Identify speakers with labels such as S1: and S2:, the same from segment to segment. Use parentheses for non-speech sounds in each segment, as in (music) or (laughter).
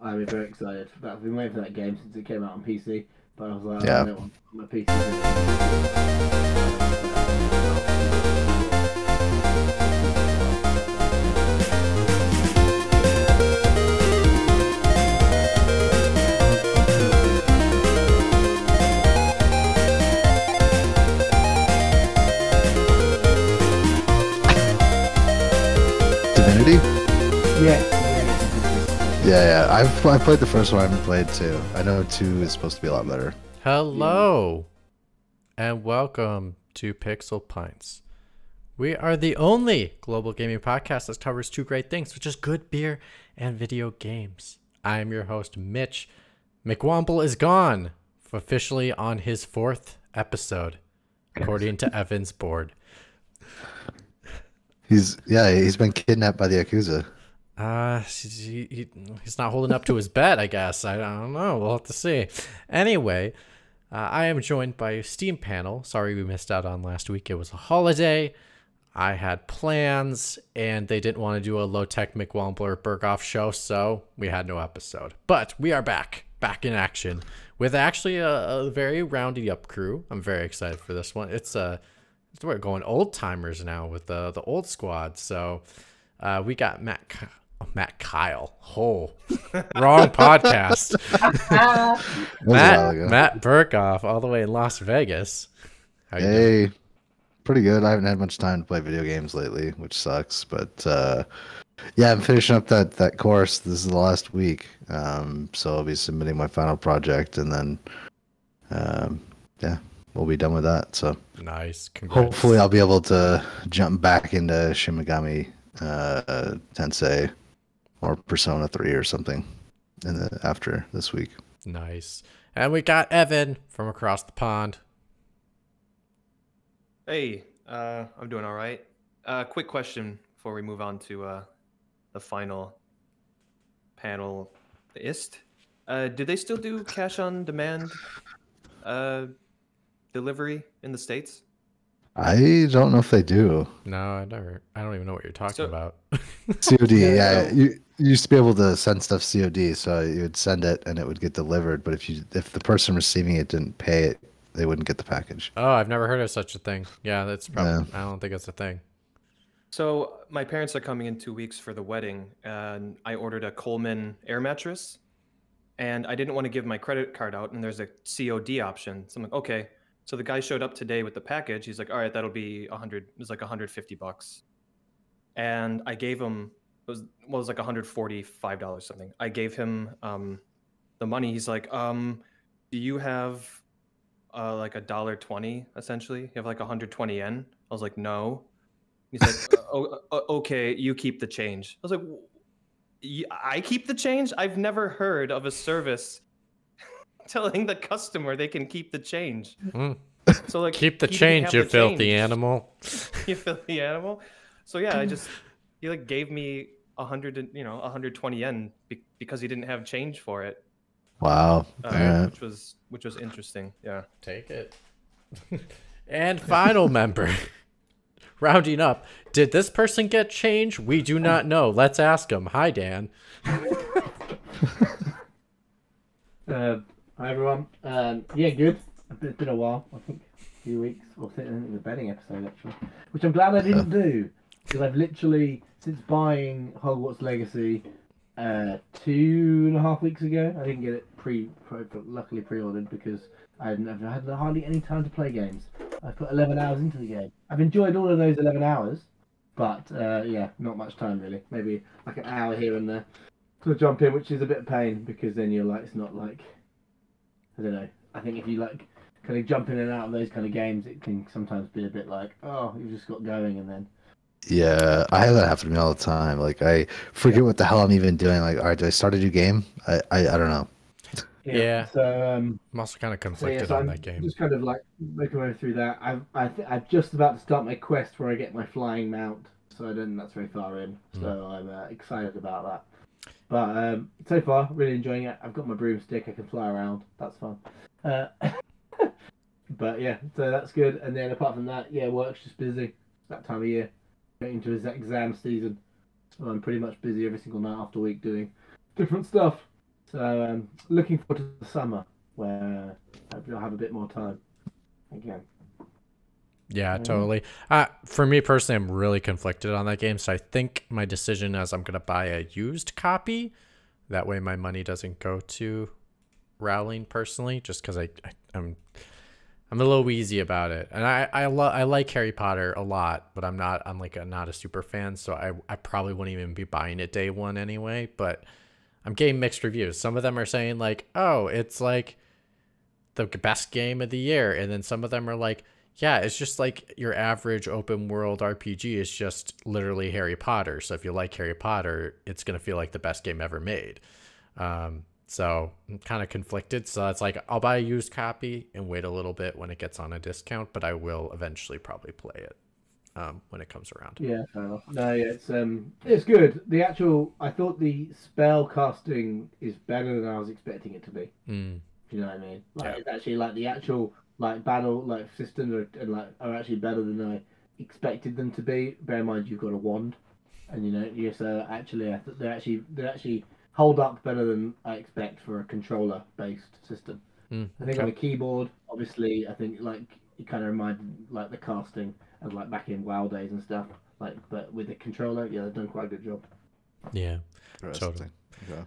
S1: I'm very excited. for that. I've been waiting for that game since it came out on PC, but I was like,
S2: Yeah.
S1: I don't want my PC.
S2: Divinity?
S1: Yeah.
S2: Yeah, yeah. I've I played the first one. I haven't played two. I know two is supposed to be a lot better.
S3: Hello, and welcome to Pixel Pints. We are the only global gaming podcast that covers two great things, which is good beer and video games. I am your host, Mitch. McWomble is gone, officially on his fourth episode, according to Evan's board.
S2: He's yeah. He's been kidnapped by the yakuza.
S3: Uh, he, he, he's not holding up to his bet, I guess. I, I don't know. We'll have to see. Anyway, uh, I am joined by a Steam panel. Sorry we missed out on last week. It was a holiday. I had plans, and they didn't want to do a low tech McWambler Berghoff show, so we had no episode. But we are back, back in action with actually a, a very rounded up crew. I'm very excited for this one. It's uh, we're going old timers now with the the old squad. So uh, we got Matt Ki- oh, Matt Kyle. Oh, (laughs) wrong podcast.
S2: That was a while
S3: Matt
S2: ago.
S3: Matt Burkoff, all the way in Las Vegas. How you doing?
S2: Hey, pretty good. I haven't had much time to play video games lately, which sucks. But uh, yeah, I'm finishing up that that course. This is the last week, um, so I'll be submitting my final project, and then um, yeah, we'll be done with that. So
S3: Nice. Congrats.
S2: hopefully, I'll be able to jump back into Shimigami uh, Tensei or Persona Three or something in the, after this week.
S3: Nice. And we got Evan from across the pond.
S4: Hey, uh, I'm doing all right. Uh, quick question before we move on to uh, the final panel. Ist, uh, do they still do cash on demand uh, delivery in the states?
S2: I don't know if they do.
S3: No, I never. I don't even know what you're talking
S4: So-
S3: about. (laughs)
S2: COD,
S4: Yeah,
S2: yeah.
S4: so-
S2: You, you used to be able to send stuff COD, so you would send it and it would get delivered. But if you if the person receiving it didn't pay it, they wouldn't get the package.
S3: oh, I've never heard of such a thing. Yeah, that's probably. I don't think it's a thing.
S4: So my parents are coming in two weeks for the wedding, and I ordered a Coleman air mattress, and I didn't want to give my credit card out, and there's a COD option. So I'm like, okay. So the guy showed up today with the package. He's like, all right, that'll be 100. It was like 150 bucks, and I gave him it was well, it was like 145 dollars something. I gave him um, the money. He's like, um, do you have uh, like a dollar twenty essentially? You have like 120 yen. I was like, no. He's like, oh, okay, you keep the change. I was like, "W- y- I keep the change? I've never heard of a service (laughs) telling the customer they can keep the change.
S3: Mm.
S4: So like,
S3: Keep the
S4: he didn't
S3: change,
S4: have
S3: you
S4: the
S3: filthy
S4: change.
S3: animal.
S4: (laughs) you filthy animal. So yeah, I just he like gave me a hundred, and you know, 120 yen be- because he didn't have change for it,
S2: Wow.
S4: uh,
S2: Alright.
S4: which was which was interesting. Yeah.
S3: Take it. (laughs) and final member. (laughs) Rounding up. Did this person get change? We
S1: Um,
S3: do not know. Let's ask him. Hi, Dan.
S1: Uh, hi everyone. Um, yeah, good. It's been a while. I think a few weeks. Well, I think it was a betting episode actually, which I'm glad I didn't do because I've literally since buying Hogwarts Legacy uh, two and a half weeks ago. I didn't get it pre, pre but luckily pre-ordered because I've never had hardly any time to play games. I put 11 hours into the game. I've enjoyed all of those 11 hours, but uh, yeah, not much time really. Maybe like an hour here and there. To jump in, which is a bit of pain because then you're like, it's not like I don't know. I think if you like kind of jump in and out of those kind of games, it can sometimes be a bit like, oh, you've just got going, and then
S2: Yeah, I have that happen to me all the time. Like I forget what the hell I'm even doing. Like, all right, do I start a new game? I I, I don't know.
S3: Yeah.
S1: So um,
S3: I'm also kind of
S1: so yeah,
S3: conflicted
S1: so
S3: on
S1: I'm
S3: that game.
S1: just kind of like making my way through that. I've I th- I'm just about to start my quest where I get my flying mount, so I don't think that's very far in. So
S3: Hmm.
S1: I'm uh, excited about that. But um, so far, really enjoying it. I've got my broomstick. I can fly around. That's fun. Uh, (laughs) but yeah, so that's good. And then apart from that, yeah, work's just busy. That time of year, getting into his exam season, so I'm pretty much busy every single night after week doing different stuff. So um, looking forward to the summer where uh, hopefully I'll have a bit more time again.
S3: Yeah,
S1: Mm.
S3: totally. Uh, for me personally, I'm really conflicted on that game. So I think my decision is I'm going to buy a used copy. That way, my money doesn't go to Rowling personally, just because I, I I'm I'm a little easy about it. And I I, lo- I like Harry Potter a lot, but I'm not I'm like a, not a super fan, so I I probably wouldn't even be buying it day one anyway. But I'm getting mixed reviews. Some of them are saying like, oh, it's like the best game of the year, and then some of them are like, yeah, it's just like your average open world RPG is just literally Harry Potter. So if you like Harry Potter, it's gonna feel like the best game ever made. Um, so I'm kind of conflicted. So it's like I'll buy a used copy and wait a little bit when it gets on a discount, but I will eventually probably play it um, when it comes around.
S1: Yeah, fair enough. No, yeah, it's um, it's good. The actual, I thought the spell casting is better than I was expecting it to be.
S3: Mm.
S1: You know what I mean? Like
S3: Yeah.
S1: it's actually like the actual like battle like systems are and, like are actually better than I expected them to be. Bear in mind you've got a wand, and you know yeah. So actually, I th- they actually they actually hold up better than I expect for a controller based system.
S3: Mm,
S1: I think
S3: okay.
S1: on a keyboard, obviously, I think like it kind of reminded like the casting of like back in WoW days and stuff. Like, but with the controller, yeah, they've done quite a good job.
S3: Yeah.
S2: Interesting. Okay.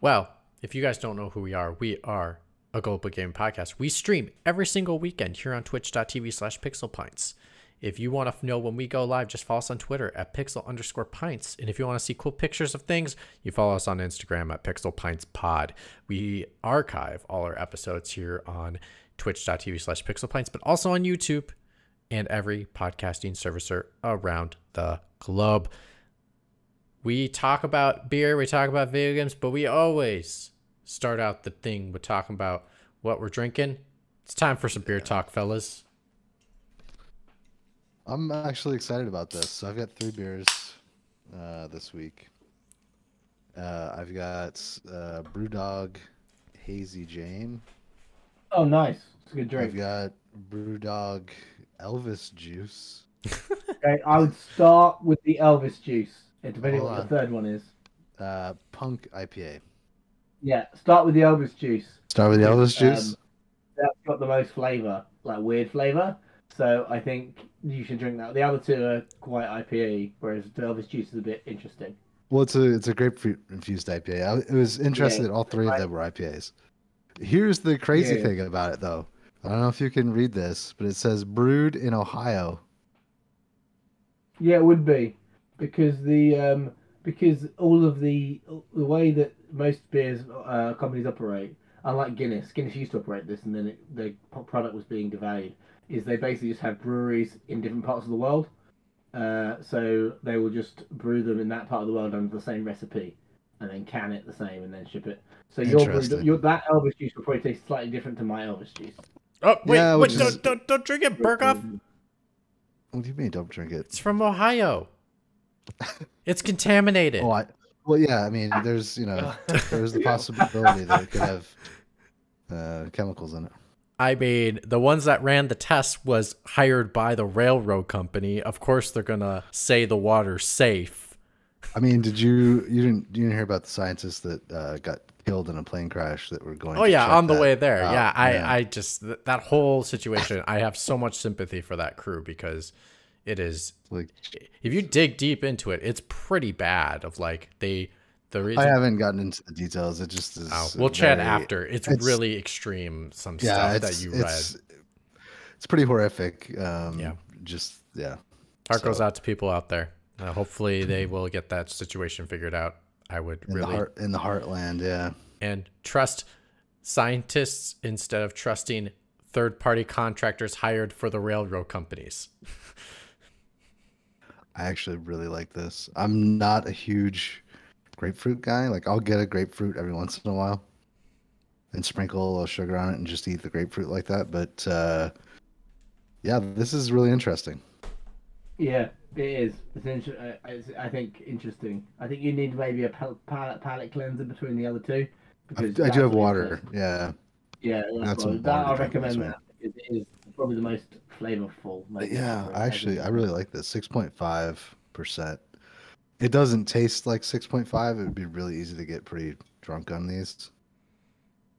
S3: Well, if you guys don't know who we are, we are a Global Game Podcast. We stream every single weekend here on twitch.tv slash pixelpints. If you want to know when we go live, just follow us on Twitter at pixel underscore pints. And if you want to see cool pictures of things, you follow us on Instagram at pixelpintspod. We archive all our episodes here on twitch.tv slash pixelpints, but also on YouTube and every podcasting servicer around the globe. We talk about beer, we talk about video games, but we always start out the thing with talking about what we're drinking. It's time for some beer talk, fellas.
S2: I'm actually excited about this. So I've got three beers uh, this week. Uh, I've got uh, Brewdog Hazy Jane.
S1: Oh, nice. It's a good
S2: I've
S1: drink.
S2: got Brewdog Elvis Juice.
S1: Okay, I would start with the Elvis juice, eh, depending on
S2: Hold
S1: what the
S2: on.
S1: third one is.
S2: Uh, Punk IPA.
S1: Yeah, start with the Elvis juice.
S2: Start with the Elvis
S1: Um,
S2: Juice.
S1: that's got the most flavour, like weird flavour. So I think you should drink that. The other two are quite IPA, whereas the Elvis juice is a bit interesting.
S2: Well, it's a it's a grapefruit infused IPA. I, it was interesting that all three
S1: I-
S2: of them were IPAs. Here's the crazy
S1: Yeah.
S2: thing about it, though. I don't know if you can read this, but it says brewed in Ohio.
S1: Yeah, it would be because the um, because all of the the way that most beers uh, companies operate, unlike Guinness, Guinness used to operate this, and then it, their p- product was being devalued. Is they basically just have breweries in different parts of the world, uh, so they will just brew them in that part of the world under the same recipe, and then can it the same, and then ship it. So your, brew-
S2: Interesting.
S1: your that Elvis juice will probably taste slightly different to my Elvis juice.
S3: Oh, wait,
S2: Yeah,
S3: wait
S2: which
S3: don't,
S2: is-
S3: don't, don't drink it, Berghoff.
S2: What do you mean? Don't drink it.
S3: It's from Ohio. It's contaminated.
S2: Oh, I, well, yeah. I mean, there's you
S4: (laughs)
S2: know, there's
S3: (laughs)
S2: the possibility that it could have uh, chemicals in it.
S3: I mean, the ones that ran the test was hired by the railroad company. Of course, they're going to say the water's safe.
S2: I mean, did you you didn't you didn't hear about the scientists that uh, got killed in a plane crash that were going?
S3: Oh,
S2: to
S3: yeah,
S2: check
S3: on the
S2: that
S3: way there.
S2: out?
S3: yeah, I,
S2: Yeah.
S3: I just, th- that whole situation, I have so much sympathy for that crew because it is
S2: Like,
S3: if you dig deep into it, it's pretty bad. Of like they, the reason.
S2: I haven't gotten into the details. It just is.
S3: Oh, we'll chat
S2: very-
S3: after. It's,
S2: it's-
S3: really extreme. Some
S2: Yeah,
S3: stuff that
S2: it's
S3: you
S2: it's, it's pretty horrific. Um,
S3: Yeah.
S2: Just yeah.
S3: read. Heart goes
S2: so-
S3: out to people out there.
S2: (clears throat)
S3: Uh, hopefully, they will get that situation figured out. I would
S2: In
S3: really
S2: the heart in the heartland. Yeah.
S3: and trust scientists instead of trusting third-party contractors hired for the railroad companies.
S2: I actually really like this. I'm not a huge grapefruit guy. Like I'll get a grapefruit every once in a while and sprinkle a little sugar on it and just eat the grapefruit like that. But uh, yeah, this is really interesting.
S1: Yeah, it is. It's, inter- uh, it's I think interesting. I think you need maybe a pal- palate palate cleanser between the other two.
S2: I, I
S1: because that's
S2: do have
S1: what it
S2: water.
S1: is.
S2: Yeah.
S1: Yeah,
S2: That's
S1: that's
S2: some
S1: what, that
S2: water
S1: I
S2: to drink,
S1: recommend
S2: that's
S1: that. It is probably the most flavorful. most
S2: Yeah,
S1: different
S2: actually, I
S1: everything.
S2: really like this. Six point five percent. It doesn't taste like 6.5. It would be really easy to get pretty drunk on these.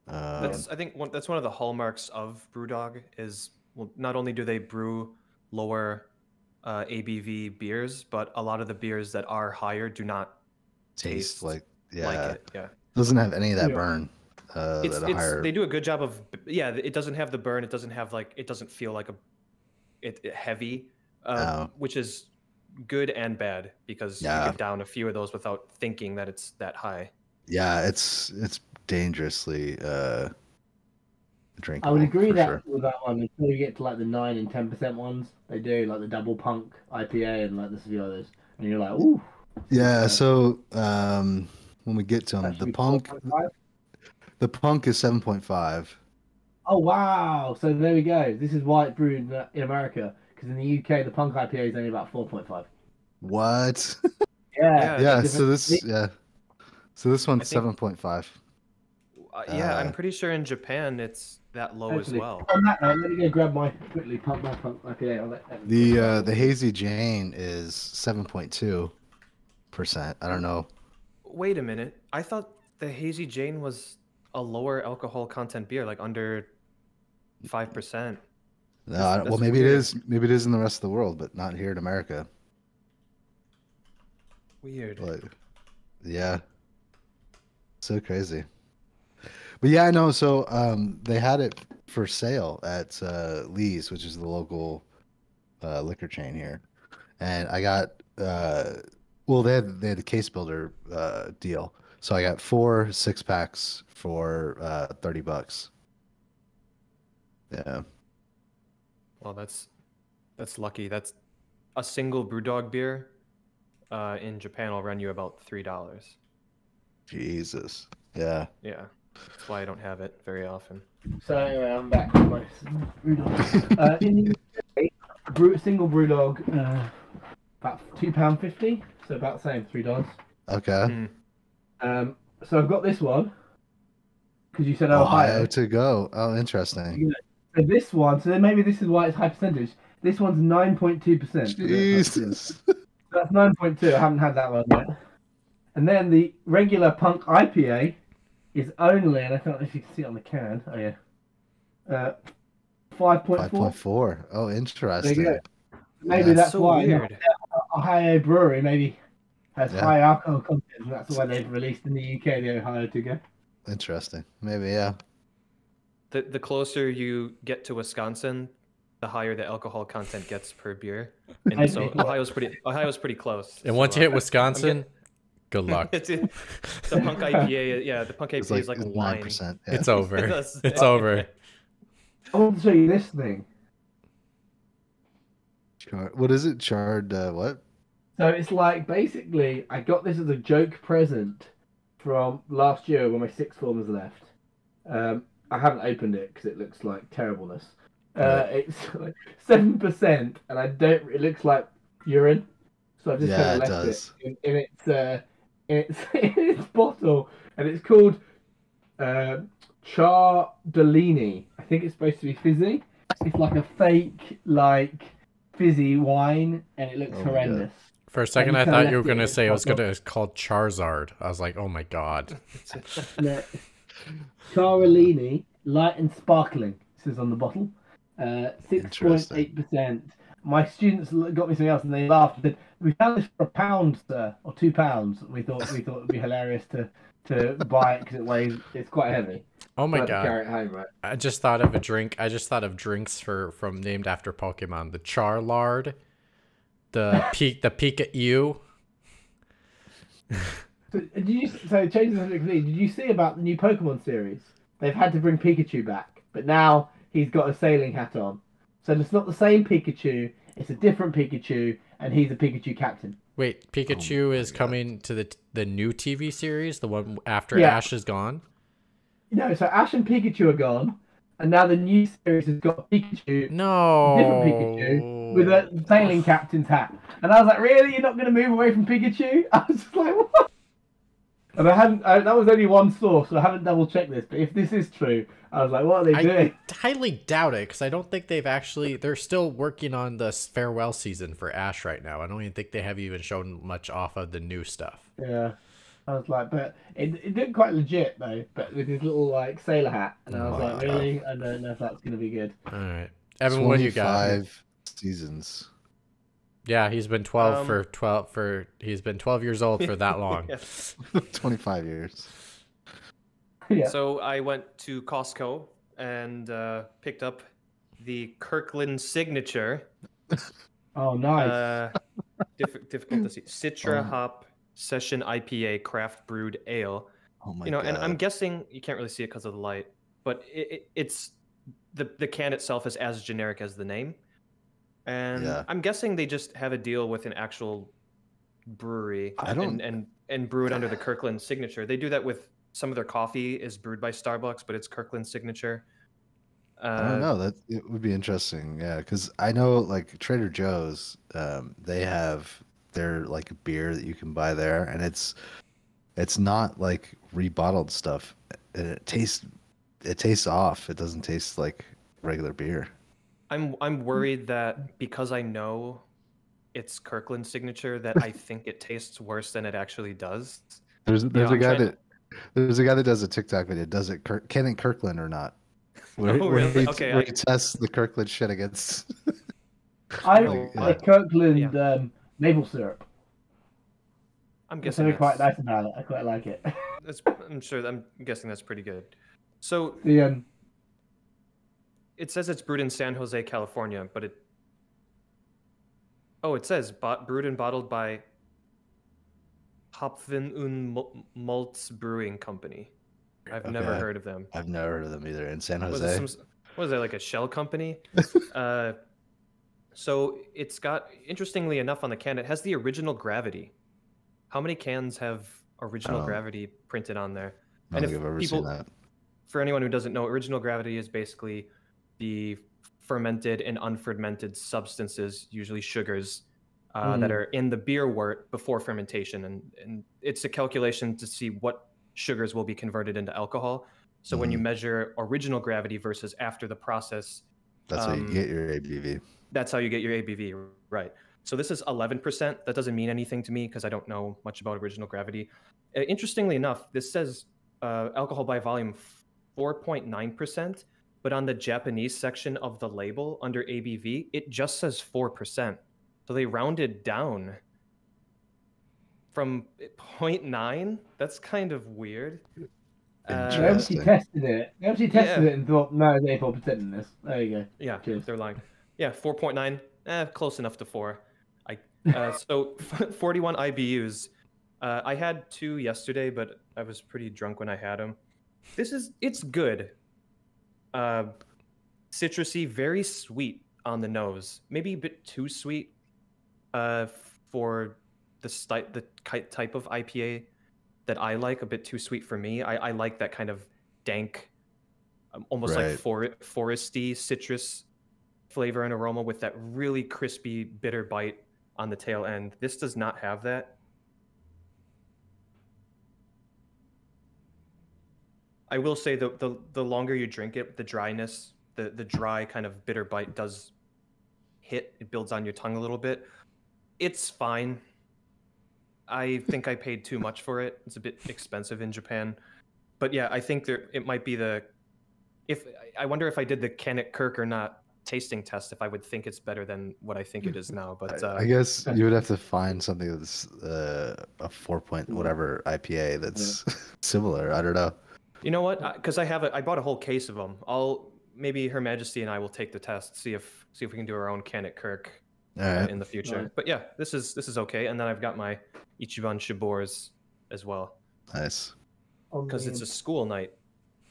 S2: Um,
S4: That's I think one, that's one of the hallmarks of BrewDog is well, not only do they brew lower uh, ABV beers, but a lot of the beers that are higher do not
S2: tastes
S4: tastes
S2: like yeah,
S4: like it. Yeah,
S2: doesn't have any of that
S1: Yeah.
S2: burn. Uh,
S4: it's,
S2: that a
S4: it's
S2: higher.
S4: they do a good job of yeah. It doesn't have the burn. It doesn't have like it doesn't feel like a it, it heavy, uh,
S2: No.
S4: which is good and bad because
S2: Yeah.
S4: you get down a few of those without thinking that it's that high.
S2: Yeah, it's it's dangerously uh,
S1: I
S2: drinkable.
S1: would agree
S2: for
S1: that
S2: sure.
S1: with that one until you get to like the nine and ten percent ones. They do like the double punk IPA and like this few others, and you're like, ooh.
S2: Yeah. So um, when we get to
S1: that
S2: them,
S1: should
S2: the
S1: be
S2: punk,
S1: 4.5.
S2: the punk is seven point five.
S1: Oh wow! So there we go. This is why it brewed in- uh, in America, because in the UK the punk IPA is only about four point five.
S4: (laughs)
S2: What?
S1: Yeah.
S2: yeah.
S1: it's
S2: So
S1: different.
S2: this yeah. So this one's
S4: think-
S2: seven point five.
S4: Uh, yeah, I'm
S2: Uh,
S4: pretty sure in Japan it's that low
S1: Totally.
S4: as well.
S1: On that note, let me go grab my quickly pump my pump IPA. I'll let them-
S2: The uh, the hazy Jane is seven point two percent. I don't know.
S4: Wait a minute. I thought the Hazy Jane was a lower alcohol content beer, like under five percent.
S2: No, I don't- Uh, well,
S4: that's
S2: maybe it
S4: weird.
S2: is. Maybe it is in the rest of the world, but not here in America.
S4: Weird.
S2: Like, yeah, so crazy. But yeah, I know. So um, they had it for sale at uh, Lee's, which is the local uh, liquor chain here, and I got. Uh, well, they had they had the case builder uh, deal, so I got four six packs for uh, thirty bucks. Yeah,
S4: Well, that's that's lucky. That's a single BrewDog beer uh, in Japan will run you about three dollars.
S2: Jesus. Yeah.
S4: Yeah, that's why I don't have it very often.
S1: So anyway, I'm back with my brewdog. uh, in the UK, brew, single brewdog, uh, about two pound fifty, so about the same three dollars.
S2: Okay.
S1: Um, so I've got this one because you said Ohio.
S2: Ohio to go. Oh, interesting.
S1: So this one, so then maybe this is why it's high percentage. This one's nine point two percent.
S2: Jesus.
S1: That's nine point two. I haven't had that one yet. And then the regular punk IPA is only, and I can't know if you can see it on the can. Oh yeah, uh, five point
S2: Five
S1: four.
S2: point four. Oh, interesting.
S1: go. Maybe
S2: That's
S1: that's
S4: so
S1: why
S4: weird.
S1: Ohio brewery maybe has
S2: Yeah.
S1: high alcohol content, and that's why they've released in the UK the Ohio to go.
S2: Interesting. Maybe yeah.
S4: The the closer you get to Wisconsin, the higher the alcohol content gets per beer.
S1: (laughs) I
S4: And so
S1: see.
S4: Ohio's pretty Ohio's pretty close.
S3: And once
S4: so,
S3: you
S4: (laughs)
S3: hit
S4: uh,
S3: Wisconsin, good luck.
S4: (laughs) it's it, the punk IPA. Yeah, the punk IPA
S2: It's like
S4: is like
S2: nine
S4: wine. (laughs)
S2: percent.
S3: It's over.
S4: That's-
S3: it's over.
S1: I want to show you this thing.
S2: Char- what is it? Charred uh, what?
S1: So it's like basically, I got this as a joke present from last year when my sixth form was left. Um, I haven't opened it because it looks like terribleness. Uh, it's (laughs) seven percent, and I don't. It looks like urine, so I've just
S2: Yeah,
S1: kind
S2: it
S1: of left
S2: does.
S1: it in, in its uh, in its (laughs) in its bottle, and it's called uh, Char Delini. I think it's supposed to be fizzy. It's like a fake like fizzy wine, and it looks
S2: Oh my God.
S1: horrendous.
S3: For a second, I
S1: kinda
S3: thought you were
S1: left it
S3: gonna
S1: in
S3: say it was
S1: Chicago.
S3: gonna it's called Charizard. I was like, oh my god.
S1: No. Carolini, light and sparkling, says on the bottle. Uh, 6.8%. My students l- got me something else and they laughed and said, We found this for a pound, sir, or two pounds. We thought we thought it would be hilarious to, to buy it because it weighs, it's quite heavy.
S3: Oh my
S1: Like to
S3: god.
S1: carry it home, right?
S3: I just thought of a drink. I just thought of drinks for from named after Pokemon. The Charlard,
S1: (laughs)
S3: the Peak, the Pikachu.
S1: So, did you, so change the subject completely. Did you see about the new Pokemon series? They've had to bring Pikachu back, but now he's got a sailing hat on. So it's not the same Pikachu, it's a different Pikachu, and he's a Pikachu captain.
S3: Wait,
S1: Oh
S3: Pikachu is coming to the the new TV series, the one after
S1: Yeah.
S3: Ash is gone.
S1: No, so Ash and Pikachu are gone, and now the new series has got Pikachu,
S3: No.
S1: different Pikachu, with a sailing (laughs) captain's hat. And I was like, really? You're not going to move away from Pikachu? I was just like, what? And I hadn't. I, that was only one source, so I haven't double checked this. But if this is true, I was like, what are they
S3: I
S1: doing?
S3: highly doubt it because I don't think they've actually. They're still working on the farewell season for Ash right now. I don't even think they have even shown much off of the new stuff.
S1: Yeah. I was like, but it, it looked quite legit though. But with his little like sailor hat, and I was
S2: Oh,
S1: like,
S2: yeah.
S1: really? I don't know if that's gonna be good.
S3: All right, Evan, what do you got?
S2: 25 seasons. (laughs)
S3: Yeah, he's been twelve
S4: Um,
S3: for twelve for. He's been twelve years old for
S4: (laughs)
S3: that long.
S4: Yeah.
S2: 25 years.
S1: yeah.
S4: So I went to Costco and uh, picked up the Kirkland signature.
S1: oh, nice.
S4: Uh, diff-
S1: (laughs)
S4: difficult to see. Citra
S2: Oh.
S4: Hop Session IPA Craft Brewed Ale.
S2: Oh my
S4: you know,
S2: god.
S4: and I'm guessing you can't really see it because of the light, but it, it, it's the the can itself is as generic as the name, and
S2: Yeah.
S4: I'm guessing they just have a deal with an actual brewery.
S2: I
S4: and-
S2: don't-
S4: and, and and brew it
S2: (sighs)
S4: under the Kirkland signature. They do that with some of their coffee is brewed by Starbucks, but it's Kirkland signature. Uh,
S2: I don't know. That it would be interesting. Yeah, because I know like Trader Joe's, um, they have their like beer that you can buy there, and it's it's not like rebottled stuff. And it tastes it tastes off. It doesn't taste like regular beer.
S4: I'm I'm worried that because I know it's Kirkland signature that I think it tastes worse than it actually does.
S2: There's there's a
S4: I'm
S2: guy
S4: trying-
S2: that there's a guy that does a TikTok video. Does it Kirk, Ken and Kirkland or
S4: (laughs)
S2: not? Where,
S4: Oh,
S2: where
S4: really?
S2: he,
S4: Okay,
S2: where
S4: I-
S2: he tests the Kirkland shit against. (laughs)
S1: I
S2: Oh,
S1: like Kirkland
S4: yeah.
S1: um, maple syrup.
S4: I'm
S1: There's
S4: guessing
S1: something quite
S4: that's-
S1: nice about it. I quite like it.
S4: That's, I'm sure. I'm guessing that's pretty good. So
S1: the um,
S4: it says it's brewed in San Jose, California, but it. Oh, it says bot, brewed and bottled by Hopfen und Mul- Malts Brewing Company. I've never
S2: Okay.
S4: heard of them.
S2: I've never heard of them either. In San
S4: Was
S2: Jose.
S4: it some, s- what is that like a
S2: (laughs)
S4: shell company? uh, so it's got interestingly enough on the can, it has the original gravity. How many cans have original
S2: Oh.
S4: gravity printed on there?
S2: I don't
S4: and
S2: think
S4: if
S2: I've ever
S4: people-
S2: seen that.
S4: for anyone who doesn't know, original gravity is basically the fermented and unfermented substances, usually sugars, uh, that
S1: Mm.
S4: are in the beer wort before fermentation. And, and it's a calculation to see what sugars will be converted into alcohol. So when you measure original gravity versus after the process,
S2: That's how you
S4: um,
S2: get your ABV.
S4: that's how you get your ABV, right? So this is 11%. That doesn't mean anything to me because I don't know much about original gravity. Uh, interestingly enough, this says uh, alcohol by volume 4.9%, but on the Japanese section of the label under ABV, it just says 4%. So they rounded down from 0.9. That's kind of weird.
S1: they
S4: Uh,
S1: obviously
S2: Interesting.
S1: tested it. They obviously tested
S4: Yeah.
S1: it and thought, no, there's 84% in this. There you go.
S4: Yeah,
S1: Cheers.
S4: they're lying. Yeah, 4.9, eh, close enough to four. I uh, so (laughs) 41 IBUs. Uh, I had two yesterday, but I was pretty drunk when I had them. This is it's good. Uh, citrusy, very sweet on the nose. Maybe a bit too sweet uh, for the sti- the ki- type of IPA that I like. A bit too sweet for me. I, I like that kind of dank, um, almost like
S2: Right.
S4: for- foresty citrus flavor and aroma with that really crispy bitter bite on the tail end. This does not have that. I will say the the, the longer you drink it, the dryness, the the dry kind of bitter bite does hit. It builds on your tongue a little bit. It's fine. I think I paid too much for it. It's a bit expensive in Japan. But yeah, I think there it might be the if I wonder if I did the can it Kirk or not tasting test if I would think it's better than what I think it is now.
S2: (laughs)
S4: But
S2: I,
S4: uh,
S2: I guess you would have to find something that's uh, a four point whatever IPA that's (laughs) similar. I don't know.
S4: You know what? Because I have a, I bought a whole case of them. I'll maybe Her Majesty and I will take the test, see if see if we can do our own can at Kirk
S2: All
S4: uh,
S2: right.
S4: in the future.
S1: Right.
S4: But yeah, this is this is okay. And then I've got my Ichiban Shibors as well
S2: Nice.
S1: On
S4: because
S1: the,
S4: it's a school night.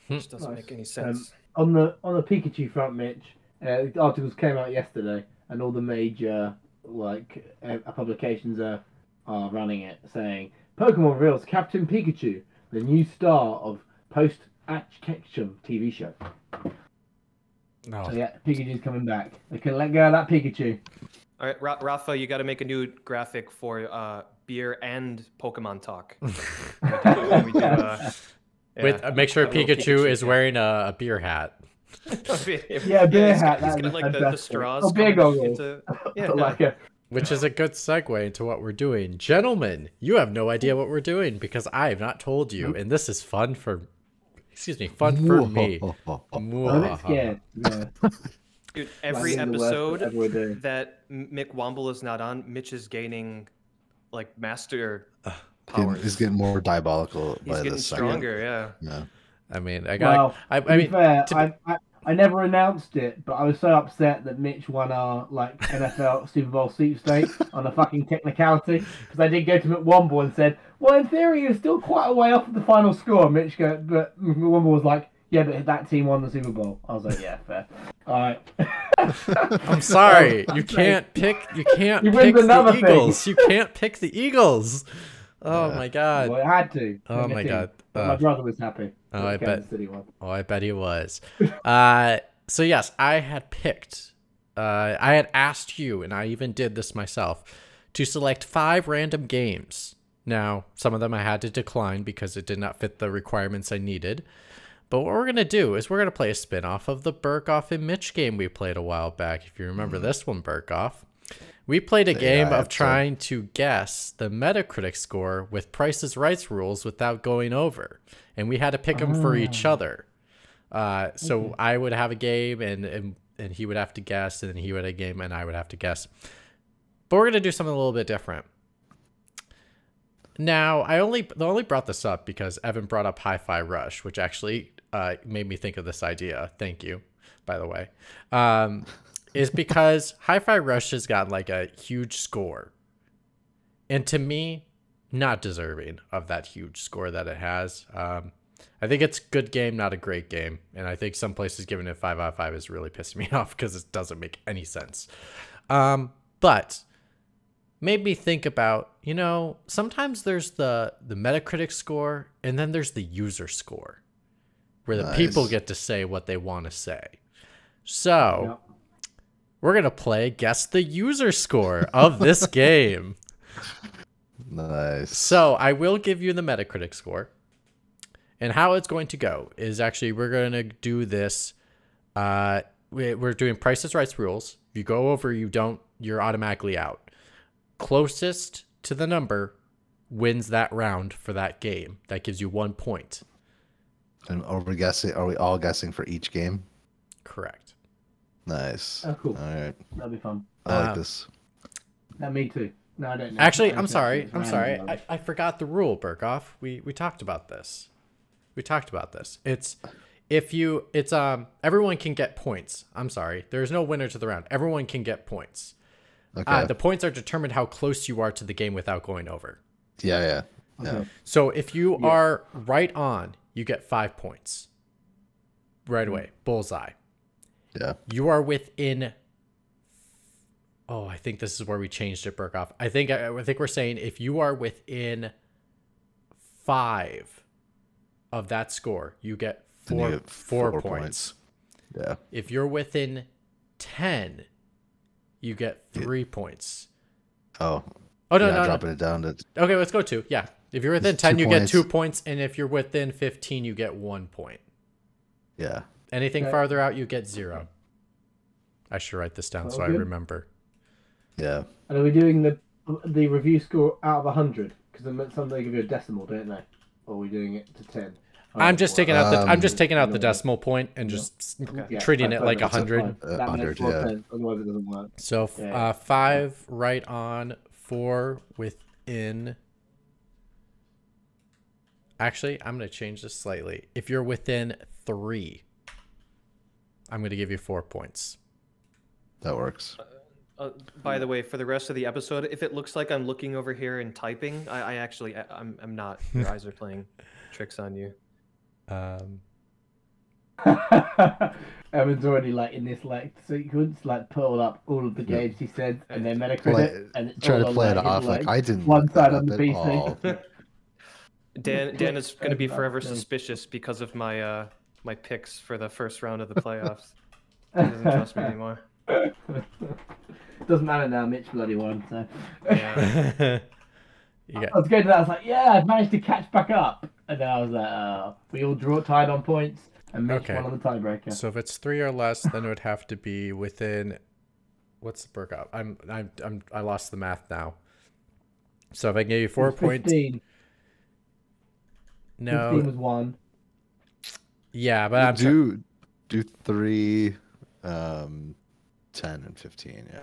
S3: Hmm.
S4: Which doesn't
S1: Nice.
S4: make any sense.
S1: on the on the Pikachu front, Mitch. Uh, the articles came out yesterday, and all the major like uh, publications are are running it, saying Pokemon reveals Captain Pikachu, the new star of post Ash Ketchum TV show.
S3: No,
S1: So yeah, Pikachu's coming back. They can let go of that Pikachu.
S4: All right, Ra- Rafa, you got to make a new graphic for uh, beer and
S1: (laughs)
S4: Pokemon talk.
S1: When (laughs)
S4: we do, uh,
S3: With
S4: yeah, (laughs)
S3: uh, make sure
S4: a little
S3: Pikachu, is
S4: yeah.
S3: wearing a, a beer hat.
S1: (laughs) Yeah, beer
S4: he's
S1: hat,
S4: got- He's
S1: that'd
S4: got
S1: be
S4: like the, the
S1: fantastic.
S4: straws.
S1: Oh, beer
S4: coming
S1: goggles. (laughs)
S4: into- yeah, no.
S1: like uh, a,
S3: Which is a good segue into what we're doing. Gentlemen, you have no idea what we're doing because I have not told you, and this is fun for excuse me, fun
S2: (laughs)
S3: for me.
S1: I'm a bit scared. Yeah.
S4: Dude, every
S1: Like, in the worst
S4: episode
S1: whatever we're doing.
S4: that M- Mick Womble is not on, Mitch is gaining like master
S2: Getting-
S4: powers.
S2: He's getting more diabolical
S4: He's
S2: by
S4: getting
S2: the second.
S4: stronger, yeah.
S2: Yeah.
S3: I mean, I got
S1: Well,
S3: I,
S1: to
S3: I
S1: be
S3: mean
S1: fair,
S3: to be-
S1: I, I, I never announced it, but I was so upset that Mitch won our like NFL (laughs) Super Bowl sweepstake on a fucking technicality because I did go to McWomble and said, "Well, in theory, you're still quite a way off of the final score." Mitch go, but McWomble was like, "Yeah, but that team won the Super Bowl." I was like, "Yeah, fair. All right,
S4: (laughs)
S3: I'm sorry.
S1: Oh,
S3: You
S1: fuck's
S3: can't pick you can't
S1: You win
S3: pick
S1: another
S3: the
S1: thing.
S3: Eagles. You can't pick the
S4: (laughs)
S3: Eagles. Oh
S2: Yeah.
S3: my god.
S1: well, I had to."
S3: Oh my
S1: admit it.
S3: god.
S1: But
S3: Uh,
S1: my brother was happy.
S3: oh,
S1: that
S3: I
S1: Kansas
S3: bet.
S1: City won.
S3: Oh, I bet he was. Uh, so yes, I had picked. Uh, I had asked you, and I even did this myself, to select five random games. Now, some of them I had to decline because it did not fit the requirements I needed. But what we're gonna do is we're gonna play a spin-off of the Burkoff and Mitch game we played a while back. If you remember this one, Burkoff. We played a game
S2: Mm. I
S3: of
S2: have to-
S3: trying to guess the Metacritic score with Price's Rights rules without going over, and we had to pick them for each other. Uh, so I would have a game, and, and and he would have to guess, and then he would have a game, and I would have to guess. But we're gonna do something a little bit different. Now, I only the only brought this up because Evan brought up Hi-Fi Rush, which actually uh, made me think of this idea. Thank you, by the way. Um, is because Hi-Fi Rush has gotten like a huge score, and to me, not deserving of that huge score that it has. Um, I think it's a good game, not a great game, and I think some places giving it five out of five is really (laughs) pissing me off because it doesn't make any sense. Um, but made me think about you know sometimes there's the the metacritic score and then there's the user score where the
S2: Nice.
S3: people get to say what they want to say so
S1: Yeah.
S3: we're gonna play guess the user score of this game
S2: Nice.
S3: so I will give you the Metacritic score. And how it's going to go is actually we're going to do this. Uh, we- we're doing Price is Right rules. If you go over, you don't. You're automatically out. Closest to the number wins that round for that game. That gives you one point.
S2: And are we guessing? Are we all guessing for each game?
S3: Correct.
S2: Nice.
S1: Oh, cool.
S2: All right.
S1: That'll be fun.
S2: I like
S3: Uh,
S2: this.
S1: No, me too. No, I don't know.
S3: Actually,
S1: I
S3: I'm
S1: think
S3: sorry.
S1: it's
S3: I'm
S1: random,
S3: sorry.
S1: though.
S3: I, I forgot the rule, Burkoff. We we talked about this. We talked about this. It's if you it's um everyone can get points. I'm sorry. There's no winner to the round. Everyone can get points.
S2: Okay.
S3: Uh, the points are determined how close you are to the game without going over.
S2: yeah, yeah. Yeah.
S1: Okay.
S3: So if you are right on, you get five points. Right away. Bullseye.
S2: Yeah.
S3: You are within. Oh, I think this is where we changed it, Burkoff. I think I, I think we're saying if you are within five of that score, you get
S2: Then you
S3: four
S2: get
S3: four,
S2: four
S3: points.
S2: points. Yeah.
S3: If you're within ten, you get
S2: Yeah.
S3: three points.
S2: Oh.
S3: Oh no,
S2: yeah,
S3: no, no.
S2: dropping it down to
S3: Okay, let's go two. Yeah, if you're within
S2: It's
S3: ten,
S2: two
S3: you get
S2: points.
S3: two points, and if you're within fifteen, you get one point.
S2: yeah.
S3: Anything
S1: Okay.
S3: farther out, you get zero. I should write this down
S1: Sounds
S3: so I
S1: good.
S3: remember.
S2: Yeah.
S1: And are we doing the the review score out of 100? Because some they give you a decimal, don't they? Or are we doing it to 10?
S3: I'm just taking out the I'm just
S2: Um,
S3: taking out the
S1: no.
S3: decimal point and just s-
S4: Okay.
S1: Yeah,
S3: treating
S1: that's
S3: it like
S1: fine,
S3: a
S1: that's
S3: hundred.
S1: fine.
S2: Uh,
S1: That makes
S2: 100,
S1: more
S2: yeah.
S1: sense, Otherwise, it doesn't work.
S3: So f-
S1: Yeah.
S3: uh, five right on, four within. Actually, I'm gonna change this slightly. If you're within three, I'm gonna give you four points.
S2: That works.
S4: Uh, by the way, for the rest of the episode, if it looks like I'm looking over here and typing, I, I actually I, I'm I'm not. Your eyes are playing tricks on you.
S3: Um, (laughs)
S1: (laughs) Evan's already like in this like sequence, like pulled up all of the games he said and their Metacritic,
S2: Play,
S1: and it's
S2: try
S1: all
S2: to play it
S1: online,
S2: off like, I didn't
S1: one
S2: look that
S1: side on
S2: up
S1: the
S2: at all.
S1: PC.
S4: Dan Dan is going to be
S1: Fair
S4: forever
S1: enough, yeah.
S4: suspicious because of my uh my picks for the first round of the playoffs. He
S1: (laughs)
S4: doesn't trust me anymore.
S1: (laughs) Doesn't matter now. Mitch bloody won. So
S4: Yeah.
S3: You got,
S1: I was going to that. I was like, yeah, I've managed to catch back up. And then I was like, oh, we all draw tied on points and Mitch
S3: Okay.
S1: one on the tiebreaker.
S3: So if it's three or less, then it would have to be within. What's the perk up? I'm I'm I'm I lost the math now. So if I can give you four
S1: It was
S3: points,
S1: 15.
S3: no,
S1: 15 was one.
S3: yeah, but I'm tr-
S2: do do three, um, ten and fifteen. Yeah,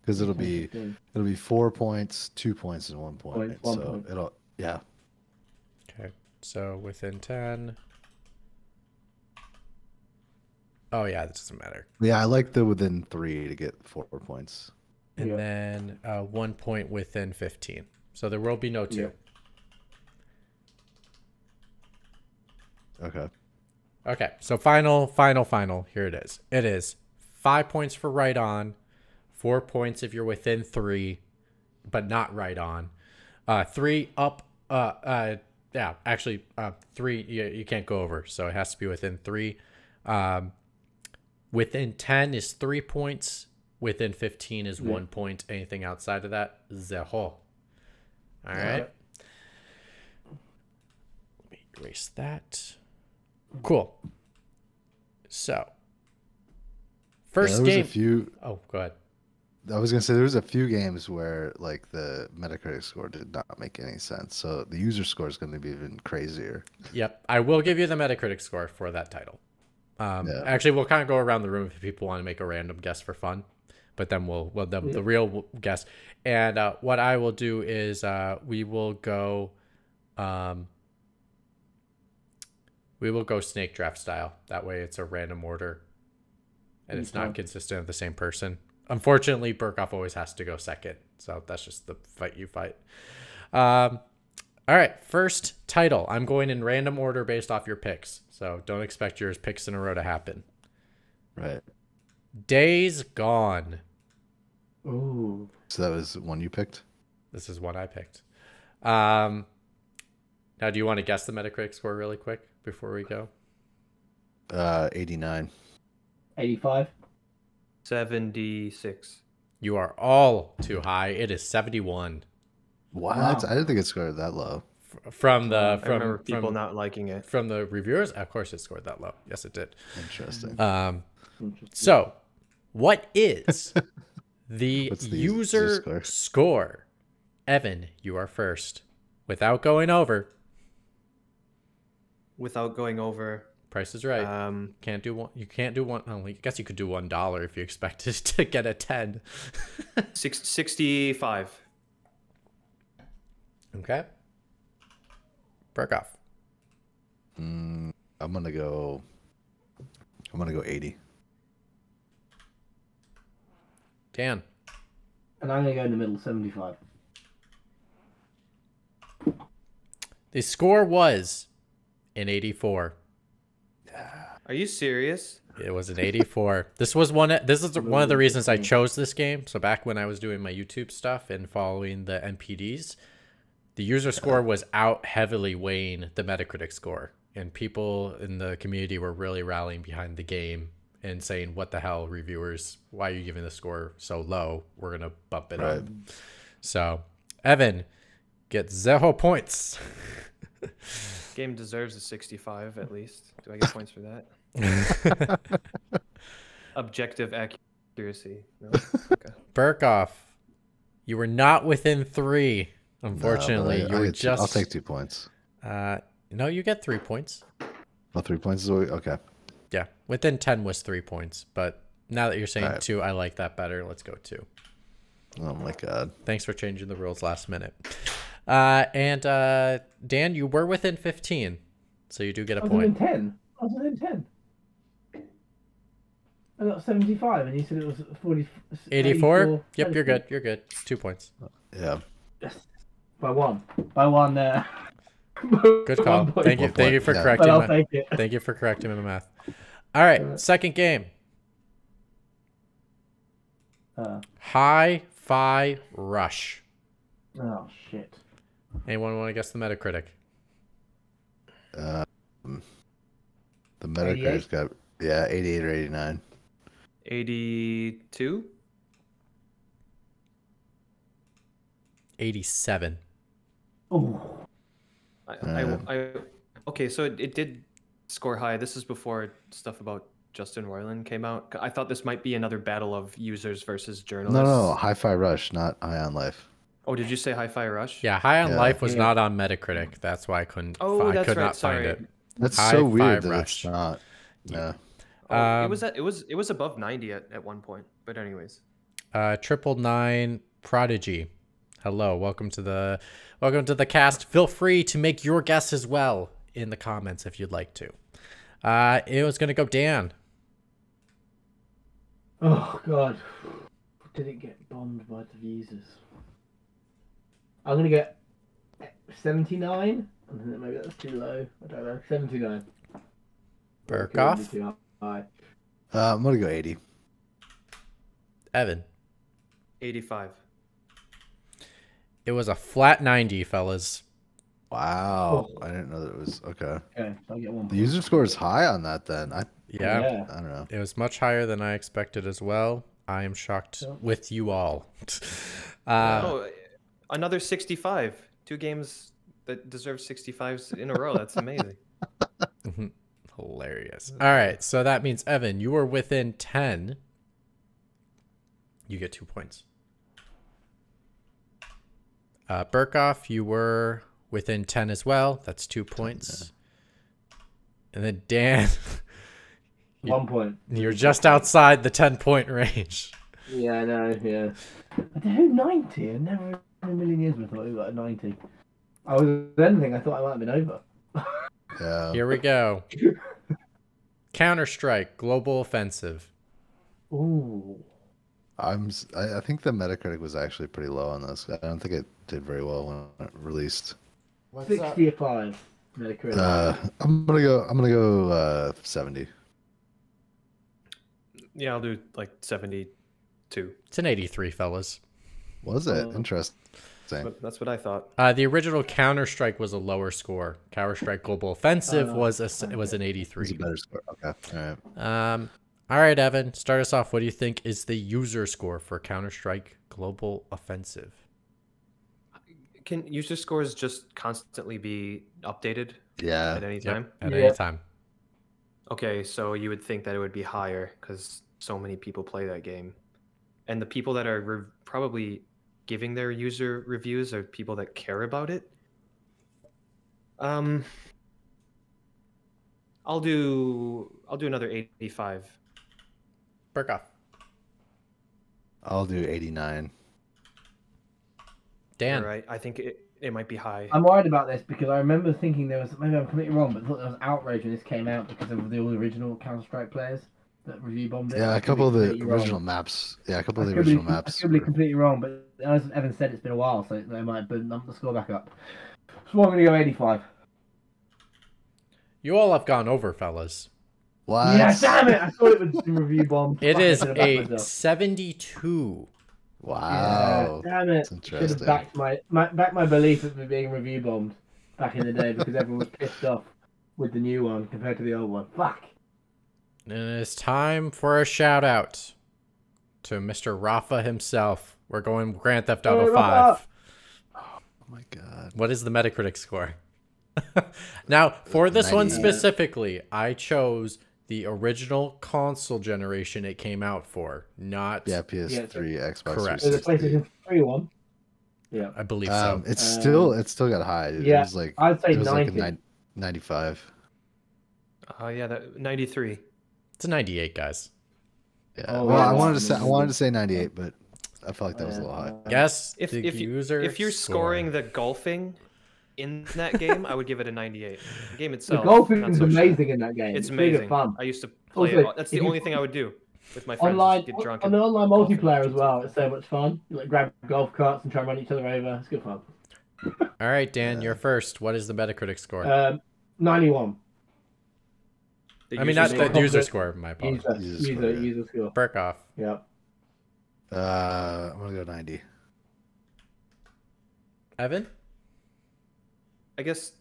S2: because it'll be
S1: 15.
S2: it'll be four points, two points, and one point.
S1: Points, one
S2: so
S1: point.
S2: it'll yeah.
S3: okay. So within ten. Oh yeah, that doesn't matter.
S2: Yeah, I like the within three to get four points.
S3: And
S1: Yeah.
S3: then uh, one point within fifteen. So there will be no two.
S2: Okay.
S3: Okay, so final, final, final. Here it is. It is five points for right on, four points if you're within three, but not right on. Uh, three up. Uh, uh, yeah, actually, uh, three you, you can't go over, so it has to be within three. Um, within ten is three points. Within fifteen is one point. Anything outside of that, zero. All right. Let me erase that. Cool. So,
S2: yeah,
S3: first
S2: there
S3: game.
S2: was a few.
S3: Oh, go ahead.
S2: I was gonna say there was a few games where like the Metacritic score did not make any sense. So the user score is gonna be even crazier.
S3: Yep, I will give you the Metacritic score for that title. Um,
S2: Yeah.
S3: Actually, we'll kind of go around the room if people want to make a random guess for fun, but then we'll well the, the real w- guess. And uh, what I will do is uh, we will go, um, we will go snake draft style. That way, it's a random order, and it's not
S1: Okay.
S3: consistent of the same person. Unfortunately, Burkoff always has to go second, so that's just the fight you fight. Um, all right, first title. I'm going in random order based off your picks, so don't expect yours picks in a row to happen.
S2: Right.
S3: Days Gone.
S1: Ooh.
S2: So that was one you picked.
S3: This is one I picked. Um, now, do you want to guess the Metacritic score really quick before we go?
S2: Uh, eighty nine.
S1: 85.
S4: 76.
S3: You are all too high. It is 71
S2: What?
S1: Wow.
S2: I didn't think it scored that low.
S3: F- Uh, from the
S4: I remember
S3: from
S4: people
S3: from,
S4: not liking it.
S3: from the reviewers. Of course, it scored that low. Yes, it did.
S2: Interesting.
S3: Um,
S1: Interesting.
S3: So, what is the,
S2: What's the
S3: user,
S2: user
S3: score?
S2: score?
S3: Evan, you are first. Without going over,
S4: Without going over,
S3: Price is Right.
S4: um,
S3: can't do one. You can't do one. oh, I guess you could do one dollar if you expected (laughs) to get a ten. (laughs)
S4: six, 65.
S3: okay. Break off.
S2: Mm, I'm gonna go. I'm gonna go eighty.
S3: Dan.
S1: And I'm going to go in the middle, 75.
S3: The score was an eighty-four.
S4: Are you serious?
S3: It was an 84. this was one. This is one of the reasons I chose this game. So back when I was doing my YouTube stuff and following the MPDs, the user score was out heavily weighing the Metacritic score, and people in the community were really rallying behind the game and saying, "What the hell, reviewers? Why are you giving the score so low? We're gonna bump it up."
S2: Right.
S3: So, Evan gets zero points. (laughs)
S4: Game deserves a 65 at least. Do I get points for that? Objective accuracy. No? Okay.
S3: Burkoff, you were not within three. Unfortunately,
S2: No, but I-
S3: you
S2: I
S3: were
S2: get two-
S3: just.
S2: I'll take two points.
S3: Uh, no, you get three points.
S2: Oh, three points is what we- okay.
S3: Yeah, within ten was three points, but now that you're saying
S2: Alright.
S3: two, I like that better. Let's go two.
S2: Oh my god.
S3: Thanks for changing the rules last minute. Uh, and uh, Dan, you were within fifteen, so you do get a
S1: I was in
S3: point.
S1: 10. I was in 10. I got 75 and you said it was 40,
S3: 84?
S1: 84,
S3: Yep, you're good. You're good. Two points.
S2: Yeah.
S1: By one. By one. Uh, (laughs)
S3: Good call. Thank you.
S2: One
S3: Thank you
S2: point,
S3: for
S1: But
S2: yeah.
S3: correcting.
S1: I'll
S3: My,
S1: take it.
S3: thank you for correcting me in the math. All right, second game.
S1: Uh,
S3: Hi-Fi Rush.
S1: oh, shit.
S3: Anyone want to guess the Metacritic?
S2: Um, the Metacritic's got yeah, eighty-eight or eighty-nine.
S4: 82?
S3: Eighty-seven.
S1: Oh,
S4: I,
S2: Uh.
S4: I, I, okay, so it, it did score high. This is before stuff about Justin Roiland came out. I thought this might be another battle of users versus journalists.
S2: No, no, Hi-Fi Rush, not High on Life.
S4: Oh, did you say Hi-Fi Rush?
S3: Yeah, High on
S2: Yeah.
S3: Life was
S1: Yeah.
S3: not on Metacritic. That's why I couldn't.
S4: Oh,
S3: fi- I
S4: that's
S3: could
S4: right,
S3: not
S4: sorry.
S3: find it.
S2: That's
S3: Hi-Fi
S2: so weird that it's
S3: Rush.
S2: not. Yeah.
S4: Oh, it
S3: Um,
S4: was at, it was it was above 90 at, at one point. But anyways,
S3: Uh, triple nine prodigy. Hello, welcome to the welcome to the cast. Feel free to make your guess as well in the comments if you'd like to. Uh, it was gonna go Dan.
S1: oh God! Did it get bombed by the users? I'm gonna get seventy-nine. I think that Maybe that's too low. I don't know. Seventy-nine.
S3: Burkoff,
S1: Too high.
S2: Uh, I'm gonna go 80.
S3: Evan.
S4: 85.
S3: It was a flat ninety, fellas.
S2: Wow, I didn't know that it was okay.
S1: Okay, so I get one.
S2: The user score is high on that. Then I,
S3: Yeah,
S1: Yeah.
S2: I don't know.
S3: it was much higher than I expected as well. I am shocked
S1: Yeah.
S3: with you all. (laughs) uh,
S4: oh, another 65. Two games that deserve 65s in a row. That's amazing.
S3: Hilarious. All right, so that means Evan, you were within ten. You get two points. Uh, Burkoff, you were within ten as well. That's two points. And then Dan, (laughs)
S1: One point.
S3: you're just outside the ten point range.
S1: Yeah, I know. Yeah. But who ninety? I never in a million years would have thought it got a ninety. I was then thinking I thought I might have been over.
S2: Yeah.
S3: Here
S2: (laughs)
S3: we go. Counter Strike Global Offensive.
S1: Ooh.
S2: I'm. s- I, I think the Metacritic was actually pretty low on this. I don't think it did very well when it released.
S1: Sixty-five. Metacritic.
S2: Uh, I'm gonna go. I'm gonna go uh, 70.
S4: Yeah, I'll do like 72.
S3: It's an eighty-three, fellas.
S2: Was it
S1: Uh,
S2: interesting?
S4: But that's what I thought.
S3: Uh, the original Counter Strike was a lower score. Counter Strike Global Offensive
S1: Uh,
S3: was a s was an
S2: Oh, It was a
S3: eighty-three.
S2: better score. Okay. All right.
S3: Um, all right, Evan, start us off. What do you think is the user score for Counter Strike Global Offensive?
S4: Can user scores just constantly be updated
S2: Yeah.
S4: at any
S3: Yep,
S4: time?
S3: at
S1: Yeah.
S3: any time.
S4: Okay, so you would think that it would be higher because so many people play that game. And the people that are re- probably giving their user reviews are people that care about it. Um I'll do I'll do another 85.
S3: Burke off.
S2: I'll do 89.
S3: Dan.
S4: Right. I think it, it might be high.
S1: I'm worried about this because I remember thinking there was maybe I'm completely wrong, but I thought there was outrage when this came out because of the all original Counter Strike players that review bombed it.
S2: Yeah,
S1: I
S2: a
S1: could
S2: couple of
S1: be
S2: the
S1: completely wrong.
S2: original maps. Yeah, a couple
S1: I
S2: of the
S1: could be-
S2: original maps.
S1: I could be
S2: were-
S1: completely wrong, but as Evan said, it's been a while, so they might have bumped the score back up. So I'm going to go 85.
S3: You all have gone over, fellas.
S2: What?
S1: Yeah, damn it! I thought it was in review bomb.
S3: It
S1: Fuck, I
S3: is
S1: should've backed
S3: a
S1: myself.
S3: 72.
S2: Wow.
S1: Yeah, damn it!
S2: That's
S1: Should have
S2: interesting.
S1: backed my, my back my belief of it being review bombed back in the day because everyone was pissed off with the new one compared to the old one. Fuck.
S3: And it's time for a shout out to Mr. Rafa himself. We're going Grand Theft
S1: Hey,
S3: Auto
S1: Rafa!
S3: 5.
S2: Oh my god.
S3: What is the Metacritic score? (laughs) now, for this one
S2: 98.
S3: specifically, I chose the original console generation it came out for, not
S2: Yeah, PS3, Xbox
S3: Correct.
S1: There's a
S2: 360.
S1: PlayStation Three one. Yeah,
S3: I believe
S2: Um,
S3: so.
S2: it's
S1: Um,
S2: still it's still got high. It
S1: yeah,
S2: was like
S1: I'd say
S2: it was like a
S1: 90.
S2: nine- 95.
S4: Oh yeah, that 93.
S3: It's a 98, guys.
S2: Yeah.
S1: Oh,
S2: well,
S1: yeah,
S2: I wanted to
S1: that's
S2: say I
S1: amazing.
S2: wanted to say 98, but I felt like that was a little high.
S3: Yes,
S4: If
S3: the
S4: if you
S3: user
S4: if you're
S3: score.
S4: scoring the golfing in
S3: (laughs)
S4: that game, I would give it a 98. The game
S1: The
S4: itself.
S1: golfing
S4: not
S1: is
S4: so sure.
S1: amazing in that game.
S4: It's
S1: It's, mega
S4: amazing.
S1: fun.
S4: I used to play.
S1: Also,
S4: it. That's
S1: if
S4: the
S1: you-
S4: only thing I would do with my friends. is
S1: Online,
S4: get drunk
S1: on
S4: and
S1: the online
S4: golf and-
S1: multiplayer as well, it's so much fun. You like grab golf carts and try and run each other over. It's good fun.
S3: All right, Dan,
S2: Yeah.
S3: you're first. What is the Metacritic score?
S4: Uh,
S1: Um, 91.
S4: The
S3: I mean,
S4: user
S3: not
S4: score.
S3: the
S1: score.
S3: user score. My apologies.
S1: User,
S2: Oh, Jesus
S1: user,
S2: Christ.
S1: user score.
S3: Burke off.
S1: Yeah.
S2: Uh, I'm gonna go 90.
S3: Evan.
S4: I guess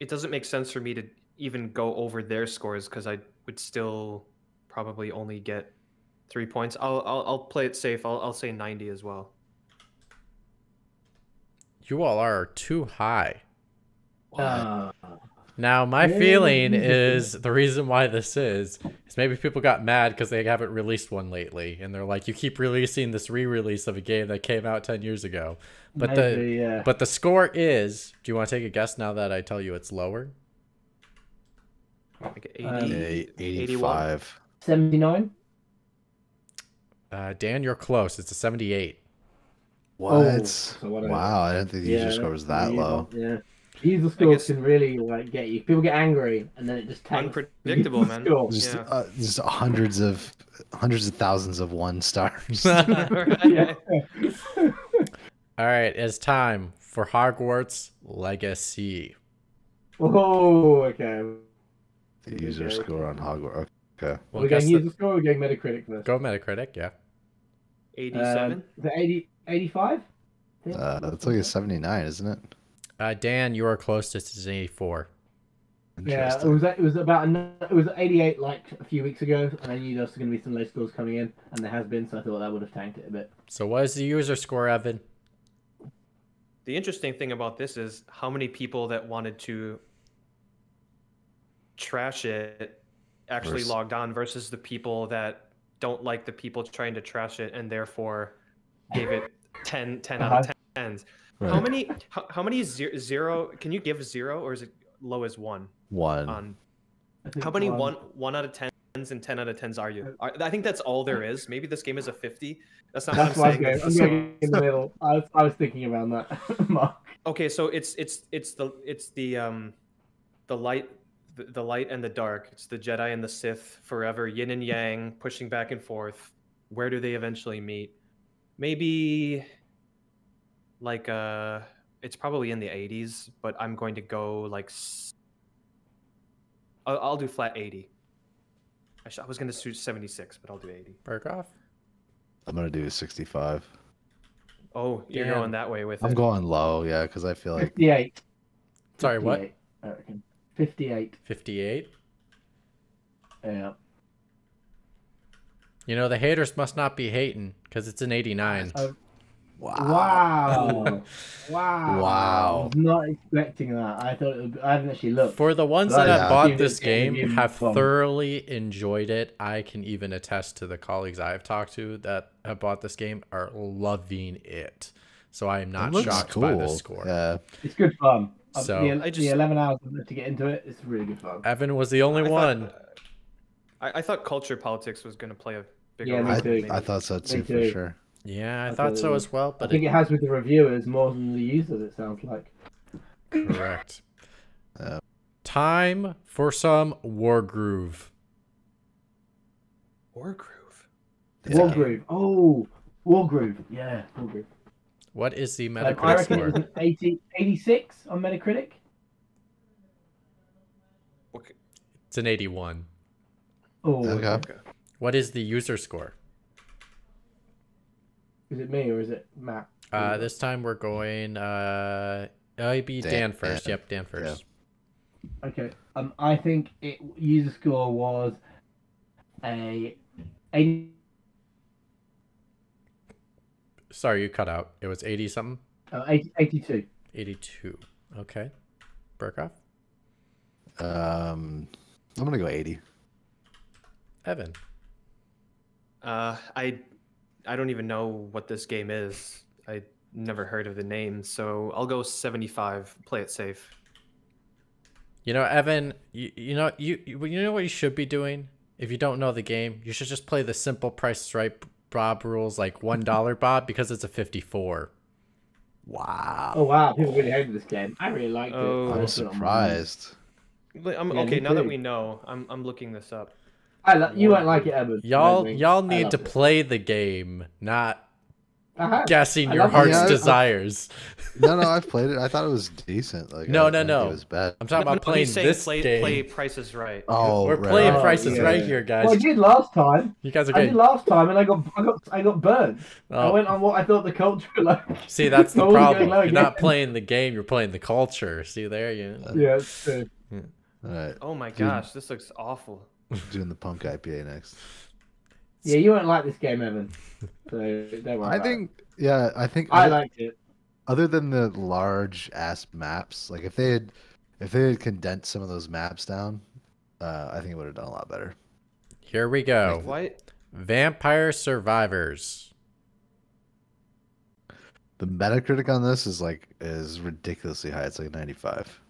S4: it doesn't make sense for me to even go over their scores because I would still probably only get three points. I'll I'll, I'll play it safe. I'll, I'll say ninety as well.
S3: you all are too high.
S1: Uh,
S3: Now, my
S1: Yeah.
S3: feeling is the reason why this is is maybe people got mad because they haven't released one lately, and they're like, "You keep releasing this re-release of a game that came out ten years ago." But the
S1: maybe, uh, yeah.
S3: but the score is. Do you want to take a guess now that I tell you it's lower?
S4: Like
S1: Um,
S4: 80,
S2: Eight-
S4: 81?
S2: 85.
S1: 79?
S3: Uh, Dan, you're close. It's a seventy-eight.
S1: Oh,
S2: What?
S1: so what I-
S2: wow, I didn't think the user
S1: Yeah,
S2: score was
S1: that's
S2: that
S1: the
S2: low.
S1: user- Yeah. User scores
S4: guess-
S1: can really like get you. People get angry and then it just tanks. (laughs)
S4: Unpredictable, man.
S1: Score.
S2: Just,
S4: Yeah.
S2: uh, just hundreds of hundreds of thousands of one (laughs) stars.
S3: (laughs)
S4: (laughs)
S1: Yeah.
S3: All right, it's time for Hogwarts Legacy.
S1: Oh, okay.
S2: the user
S1: Okay.
S2: score on Hogwarts. Okay.
S1: We're
S3: Well, guess
S1: going
S3: the-
S1: user score. We're going Metacritic first.
S3: Go Metacritic, yeah.
S4: 87.
S1: Um, the 80, 85?
S2: Uh, that's like a 79, isn't it?
S3: Uh, Dan, you are closest. It's an eighty-four.
S1: Yeah, it
S2: Interesting.
S1: was it was about an- it was 88 like a few weeks ago, and I knew there was going to be some low scores coming in, and there has been, so I thought that would have tanked it a bit.
S3: So, what is the user score, Evan?
S4: The interesting thing about this is how many people that wanted to trash it actually
S2: Vers-
S4: logged on versus the people that don't like the people trying to trash it and therefore gave it 10, 10 out
S1: Uh-huh.
S4: of 10s. How
S2: Right.
S4: many how, how many zero, zero can you give zero or is it low as one
S2: One.
S4: on
S1: I think
S4: how many
S1: one-
S4: one one out of tens and 10 out of 10s are you? Are, I think that's all there is. Maybe this game is a 50. That's
S1: (laughs)
S4: not
S1: That's
S4: what
S1: why I'm going,
S4: I'm (laughs) saying.
S1: I'm
S4: So-
S1: going in the middle. I was, I was thinking around that (laughs) mark.
S4: Okay, so it's it's it's the it's the um the light the, the light and the dark. It's the Jedi and the Sith forever, yin and yang, pushing back and forth. Where do they eventually meet? Maybe like uh it's probably in the 80s, but I'm going to go like s- I'll, I'll do flat 80. I, sh- I was going to shoot 76, but I'll do 80.
S3: Berghoff?
S2: I'm going to do 65.
S4: Oh, you're
S3: Damn.
S4: going that way with
S2: I'm
S4: it.
S2: going low, yeah, because I feel
S3: (laughs)
S2: like
S1: 58.
S3: Sorry, what?
S1: 58, I reckon. 58.
S3: 58.
S1: Yeah.
S3: You know, the haters must not be hating because it's an 89.
S1: Uh,
S2: wow. (laughs)
S1: Wow. wow. I
S2: Wow.
S1: was not expecting that. I thought it would, I haven't actually looked.
S3: For the ones
S1: Right,
S3: that have
S2: yeah.
S3: bought
S1: Give
S3: this
S1: it- give
S3: game,
S1: it
S3: have
S1: fun.
S3: thoroughly enjoyed it. I can even attest to the colleagues I've talked to that have bought this game are loving it. So I am
S2: That
S3: not
S2: looks
S3: shocked by this score.
S2: Yeah.
S1: It's good fun. I've-
S3: So-
S1: the,
S4: I
S1: the
S4: just-
S1: 11 hours I've had to get into it, it's really good fun.
S3: Evan was the only
S4: I thought- uh,
S3: one.
S4: I, I thought culture politics was going to play a bigger
S1: Yeah, me
S4: role.
S2: I,
S1: too.
S2: I thought so too, for
S1: too.
S2: sure.
S3: yeah, I
S1: I
S3: thought
S1: thought
S3: so
S1: it
S3: as well,
S1: I
S3: but
S1: think
S3: it,
S1: it has with the reviewers more than the users, it sounds like.
S3: (laughs) correct.
S2: Uh,
S3: Time for some War Groove.
S4: Or groove.
S2: Yeah.
S1: Wargroove. Oh, Wargroove. Yeah, Wargroove.
S3: What is the
S1: Um, I
S3: Metacritic
S1: reckon it was
S3: score?
S1: an 80, 86 on Metacritic.
S4: Okay.
S3: It's an 81.
S1: Oh,
S2: Okay.
S4: Okay.
S3: What is the user score?
S1: is it me or is it Matt?
S3: Uh, this time we're going. Uh, it'd be Dan,
S2: Dan-
S3: first.
S2: Dan.
S3: Yep, Dan first.
S1: Okay. Um, I think it user score was a 80.
S3: Sorry, you cut out. It was eighty something.
S1: Oh, 80 82.
S3: Eighty-two. Okay. Burkoff,
S2: Um, I'm going to go 80.
S3: Evan.
S4: Uh, I I don't even know what this game is. I never heard of the name, so I'll go 75. Play it safe.
S3: You know, Evan. You, you know you you you know what you should be doing. If you don't know the game, you should just play the simple price right Bob rules, like
S1: (laughs)
S3: one dollar Bob, because it's a fifty-four.
S2: Wow.
S1: Oh, wow. People really hated this game. I really liked
S4: Oh.
S1: it.
S4: I
S2: I'm surprised.
S4: Li- I'm,
S1: Yeah,
S4: okay,
S1: me
S4: now that
S1: too.
S4: we know, I'm I'm looking this up.
S1: I li- you won't like it, Evan.
S3: Y'all
S1: I think.
S3: y'all
S1: I
S3: need
S1: loved
S3: to
S1: it.
S3: play the game, not
S1: Uh-huh.
S3: guessing
S1: I
S3: your
S1: love it.
S3: heart's
S2: Yeah, I-
S3: desires.
S2: no, no, I've played it. I thought it was decent. Like,
S3: No,
S2: I
S3: no,
S2: didn't think
S3: no.
S2: It was bad.
S3: I'm talking
S4: No,
S3: about
S4: no,
S3: playing
S4: he's saying
S3: this
S4: play,
S3: game.
S4: Play Price is Right.
S1: Uh,
S2: Oh,
S3: We're
S2: right,
S3: playing
S2: right,
S3: prices
S1: yeah.
S3: right here, guys.
S1: Well, I did last time.
S3: You guys are
S1: I did
S3: getting.
S1: last time, and I got I got I got burned. I
S3: Oh,
S1: went on what I thought the culture
S3: (laughs)
S1: like.
S3: see,
S1: (laughs)
S3: that's the
S1: Always going
S3: problem.
S1: low
S3: You're not
S1: again.
S3: playing the game. You're playing the culture. See there, you.
S4: Uh,
S1: Yeah, it's true.
S2: All right,
S4: Oh my gosh, this looks awful.
S2: doing the punk IPA next.
S1: yeah, you won't like this game, Evan. So don't worry.
S2: I
S1: about it.
S2: think, yeah, I think
S1: I liked it.
S2: other than the large ass maps, like if they had if they had condensed some of those maps down, uh, I think it would have done a lot better.
S3: Here we go.
S4: Why?
S3: Vampire Survivors.
S2: The Metacritic on this is like is ridiculously high. It's like 95.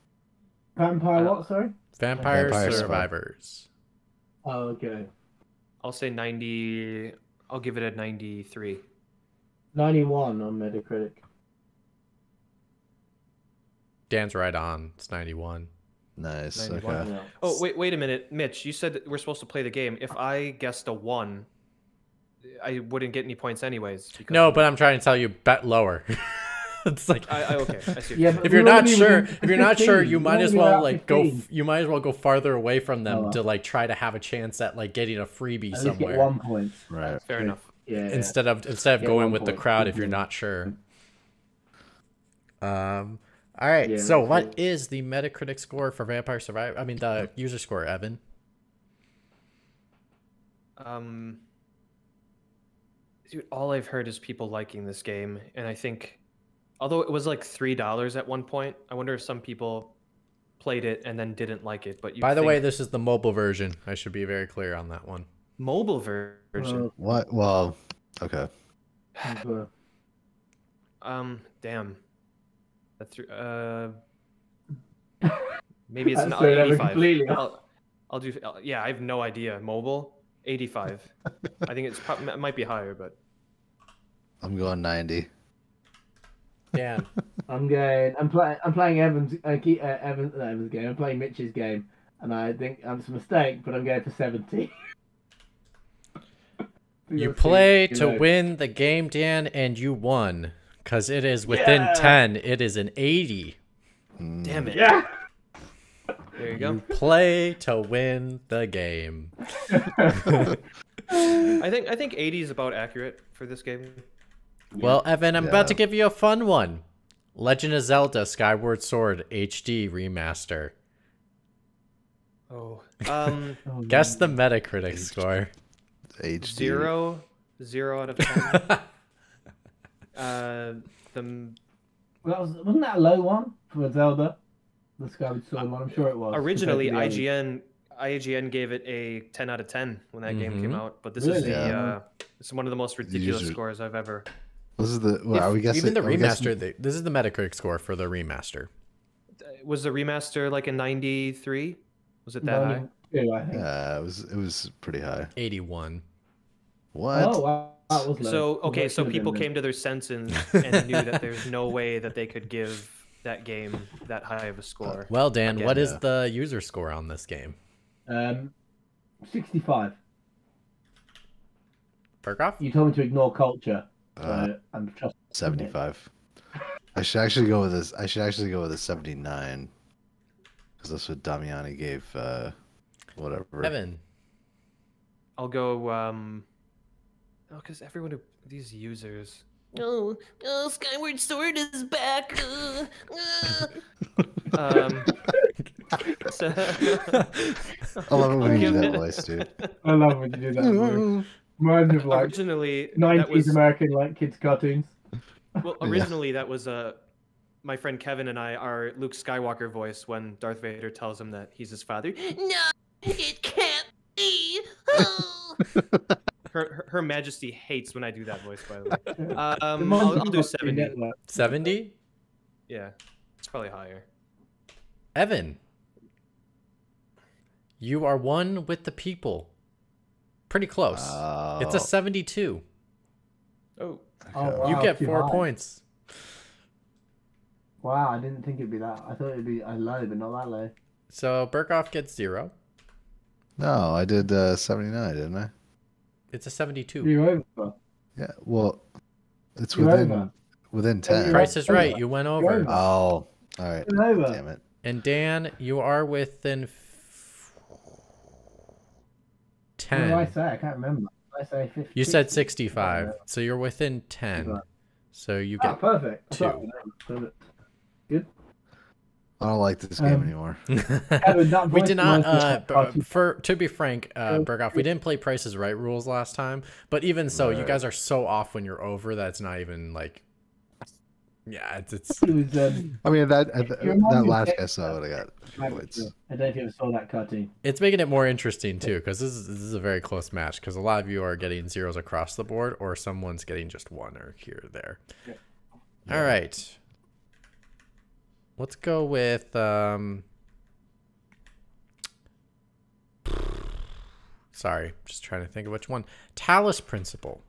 S1: Vampire
S4: Uh,
S1: what, sorry?
S3: Vampire,
S2: Vampire Survivor.
S3: Survivors.
S1: Oh, okay.
S4: I'll say 90. I'll give it a 93.
S1: 91 on Metacritic.
S3: Dan's right on. It's 91.
S2: Nice.
S4: 91.
S2: Okay.
S1: Yeah.
S4: Oh, wait, wait a minute, Mitch. You said that we're supposed to play the game. If I guessed a one, I wouldn't get any points anyways. because-
S3: No, but I'm trying to tell you, bet lower. (laughs) it's like
S4: I, I okay.
S3: (laughs)
S4: I see. what
S1: Yeah,
S4: you're saying.
S1: but-
S3: if you're
S1: We're
S3: not
S1: only
S3: sure,
S1: within
S3: if you're not sure,
S1: 15.
S3: you
S1: We're
S3: might as
S1: only
S3: well
S1: about
S3: like go.
S1: 15.
S3: f- You might as well go farther away from them
S1: Oh, well.
S3: to like try to have a chance at like getting a freebie
S1: At least get
S3: somewhere
S1: one point.
S2: Right.
S4: fair
S1: Okay.
S4: enough.
S1: Yeah. yeah.
S3: instead of instead of
S1: Yeah,
S3: going
S1: one
S3: with the
S1: point.
S3: crowd if you're
S1: Mhm.
S3: not sure. Um. All right.
S1: Yeah,
S3: so
S1: that's
S3: what
S1: right.
S3: is the Metacritic score for Vampire Survivor? I mean the user score, Evan.
S4: Um, dude, all I've heard is people liking this game, and I think, although it was like three dollars at one point, I wonder if some people played it and then didn't like it. But you
S3: By the
S4: think
S3: way, this is the mobile version. I should be very clear on that one.
S4: mobile ver-
S1: Oh,
S4: version.
S1: Well,
S2: What? Well, okay.
S1: well,
S4: Um, damn, that's uh,
S1: (laughs)
S4: maybe it's
S1: That's
S4: not
S1: right, I'm
S4: eighty-five.
S1: completely off.
S4: I'll, I'll do. I'll- yeah, I have no idea. Mobile eighty-five. I think it's prob- it might be higher, but
S2: I'm going 90.
S3: Dan.
S1: I'm going. I'm playing. I'm playing Evans. Uh, Ke- uh, Evans. No, Evans game. I'm playing Mitch's game, and I think um, it's a mistake, but I'm going for (laughs) seventy.
S3: You
S1: You'll see,
S3: play
S1: you
S3: to
S1: know.
S3: win the game, Dan, and you won. Because it is within
S1: Yeah.
S3: 10. It is an 80.
S2: Mm.
S4: damn it.
S1: Yeah.
S4: There you go.
S3: Play to win the game.
S4: I think I think eighty is about accurate for this game.
S3: Well, Evan, I'm about to
S2: Yeah.
S3: give you a fun one Legend of Zelda Skyward Sword HD Remaster.
S4: Oh. Um.
S3: Guess the Metacritic score.
S2: HD.
S4: zero zero out
S3: (laughs)
S4: of ten uh the m-
S1: Well, that was, wasn't that a low one for Zelda? The Skyward Sword one. I'm sure it was.
S4: originally
S1: compared to the others.
S4: ign ign gave it a 10 out of 10 when that game came
S3: Mhm.
S4: out but this is
S1: Really?
S4: the
S1: Yeah.
S4: uh it's one of the most ridiculous
S2: user-
S4: scores i've ever
S2: This is the. Well, are we guessing?
S3: Even the
S2: are we guessing-
S3: remaster, the, this is the Metacritic score for the remaster.
S4: was the remaster like a 93 was it that high
S1: Ninety-two, I think.
S2: Yeah, it was. It was pretty high.
S3: 81.
S2: What?
S1: Oh wow, that was low.
S4: so
S1: Well,
S4: okay
S1: it
S4: so
S1: should have
S4: people
S1: been
S4: came to their senses
S1: (laughs)
S4: and knew that there's no way that they could give that game that high of a score
S3: Well, Dan,
S4: Again,
S3: what is
S2: yeah.
S3: the user score on this game?
S1: then. Um, sixty-five.
S3: Perkoff?
S1: You told me to ignore culture. So
S2: Uh,
S1: I'm trust.
S2: 75. I should actually go with this. I should actually go with a 79. Because that's what Damiani gave, uh, whatever.
S3: Evan.
S4: I'll go. Um, oh, because everyone who these users.
S5: Oh, oh, Skyward Sword is back. Uh, uh.
S4: Um, so-
S2: I love it when you do
S4: Give
S2: that
S4: it-
S2: voice, dude.
S1: I love when you do
S2: (laughs)
S1: that. Reminds me of like
S4: (laughs) originally, that
S1: nineties
S4: was
S1: American like kids cartoons.
S4: well,
S2: Yeah.
S4: originally that was uh, my friend Kevin and I are Luke Skywalker voice when Darth Vader tells him that he's his father.
S5: no, it can't be. Oh.
S4: Her, her, her Majesty hates when I do that voice, by the way.
S1: Yeah.
S4: Um,
S1: Reminds
S4: I'll,
S1: me
S4: I'll
S1: of
S4: do
S1: Cartoon
S4: seventy.
S1: Network.
S3: 70?
S4: Yeah, it's probably higher.
S3: Evan, you are one with the people. Pretty close.
S2: Oh.
S3: it's a 72.
S4: Oh,
S1: Oh,
S2: Okay.
S1: wow,
S3: you get
S1: too
S3: four
S1: high.
S3: points.
S1: Wow, I didn't think it'd be that. I thought it'd be uh, low, but not that low.
S3: So Burkoff gets zero.
S2: No, I did uh, 79, didn't I?
S3: It's a 72.
S1: You're over.
S2: Yeah. Well, it's
S1: You're
S2: within
S1: over.
S2: within
S1: Yeah,
S2: 10.
S1: you're right.
S3: Price is right. You went over.
S1: over.
S2: Oh, all right.
S1: You're over.
S2: Damn it.
S3: And Dan, you are within f-
S1: What did I
S3: 10.
S1: say? I can't remember. Did I say 50.
S3: You said 65. So you're within 10. So you
S1: Ah,
S3: get.
S1: perfect. I
S3: two.
S1: thought I remembered. Perfect.
S2: I don't like this game
S1: Um,
S2: anymore.
S3: (laughs)
S1: Kevin, that
S3: we
S1: voice
S3: did not.
S1: reminds me
S3: Uh,
S1: of
S3: b-
S1: cartoon-
S3: for to be frank, uh,
S1: Um,
S3: Berghoff, we didn't play Prices Right rules last time. But even so, you
S2: Right.
S3: guys are so off when you're over that it's not even like Yeah, it's, it's
S1: It was. Um,
S2: I mean, that at the-
S1: Your mom
S2: that
S1: is
S2: last
S1: dead.
S2: guy saw
S1: um,
S2: would have
S1: I
S3: um,
S2: got
S1: don't
S2: points.
S1: know if you ever saw that cartoon.
S3: it's making it more interesting too because this is, this is a very close match because a lot of you are getting zeros across the board or someone's getting just one or here or there all right let's go with um sorry just trying to think of which one talus principle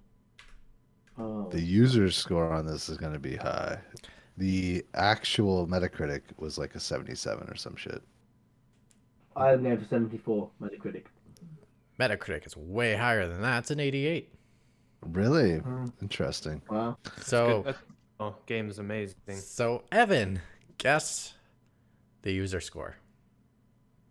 S1: Oh,
S2: The user's score on this is going to be high. The actual Metacritic was like a 77 or some shit.
S1: I am going for 74 Metacritic.
S3: metacritic is way higher than that it's an 88
S2: Really
S1: Mm.
S2: interesting.
S1: Wow.
S3: so
S4: That's- oh, game is amazing.
S3: so evan guess the user score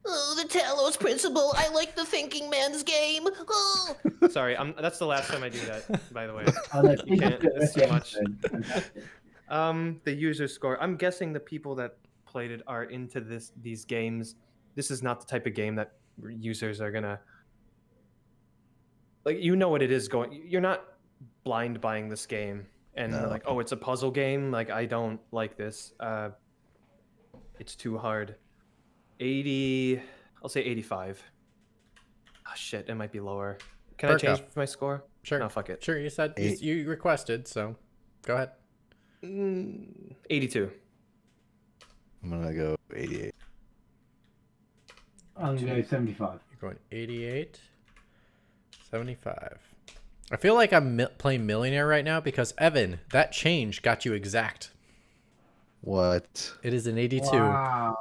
S5: Oh, the Talos Principle. I like the thinking man's game. Oh,
S4: Sorry, I'm, that's the last time I do that. By the way,
S1: Oh,
S3: (laughs)
S1: no,
S4: You can't- it's too much.
S1: Fantastic.
S4: um, the user score. I'm guessing the people that played it are into this these games. This is not the type of game that users are gonna like. You know what it is going. You're not blind buying this game and
S2: No.
S4: like, oh, it's a puzzle game. Like I don't like this. Uh, it's too hard. Eighty. I'll say eighty-five. Oh shit, it might be lower. Can
S3: Perk
S4: I change
S3: up.
S4: my score?
S3: sure
S4: No, fuck it.
S3: sure you said you,
S2: Eight.
S3: you requested so go ahead
S4: Mm, Eighty-two.
S2: I'm going to go 88.
S1: I'm going to go 75.
S3: You're going 88, 75. I feel like I'm mi- playing Millionaire right now because Evan, that change got you exact.
S2: What?
S3: It is an 82.
S1: Wow.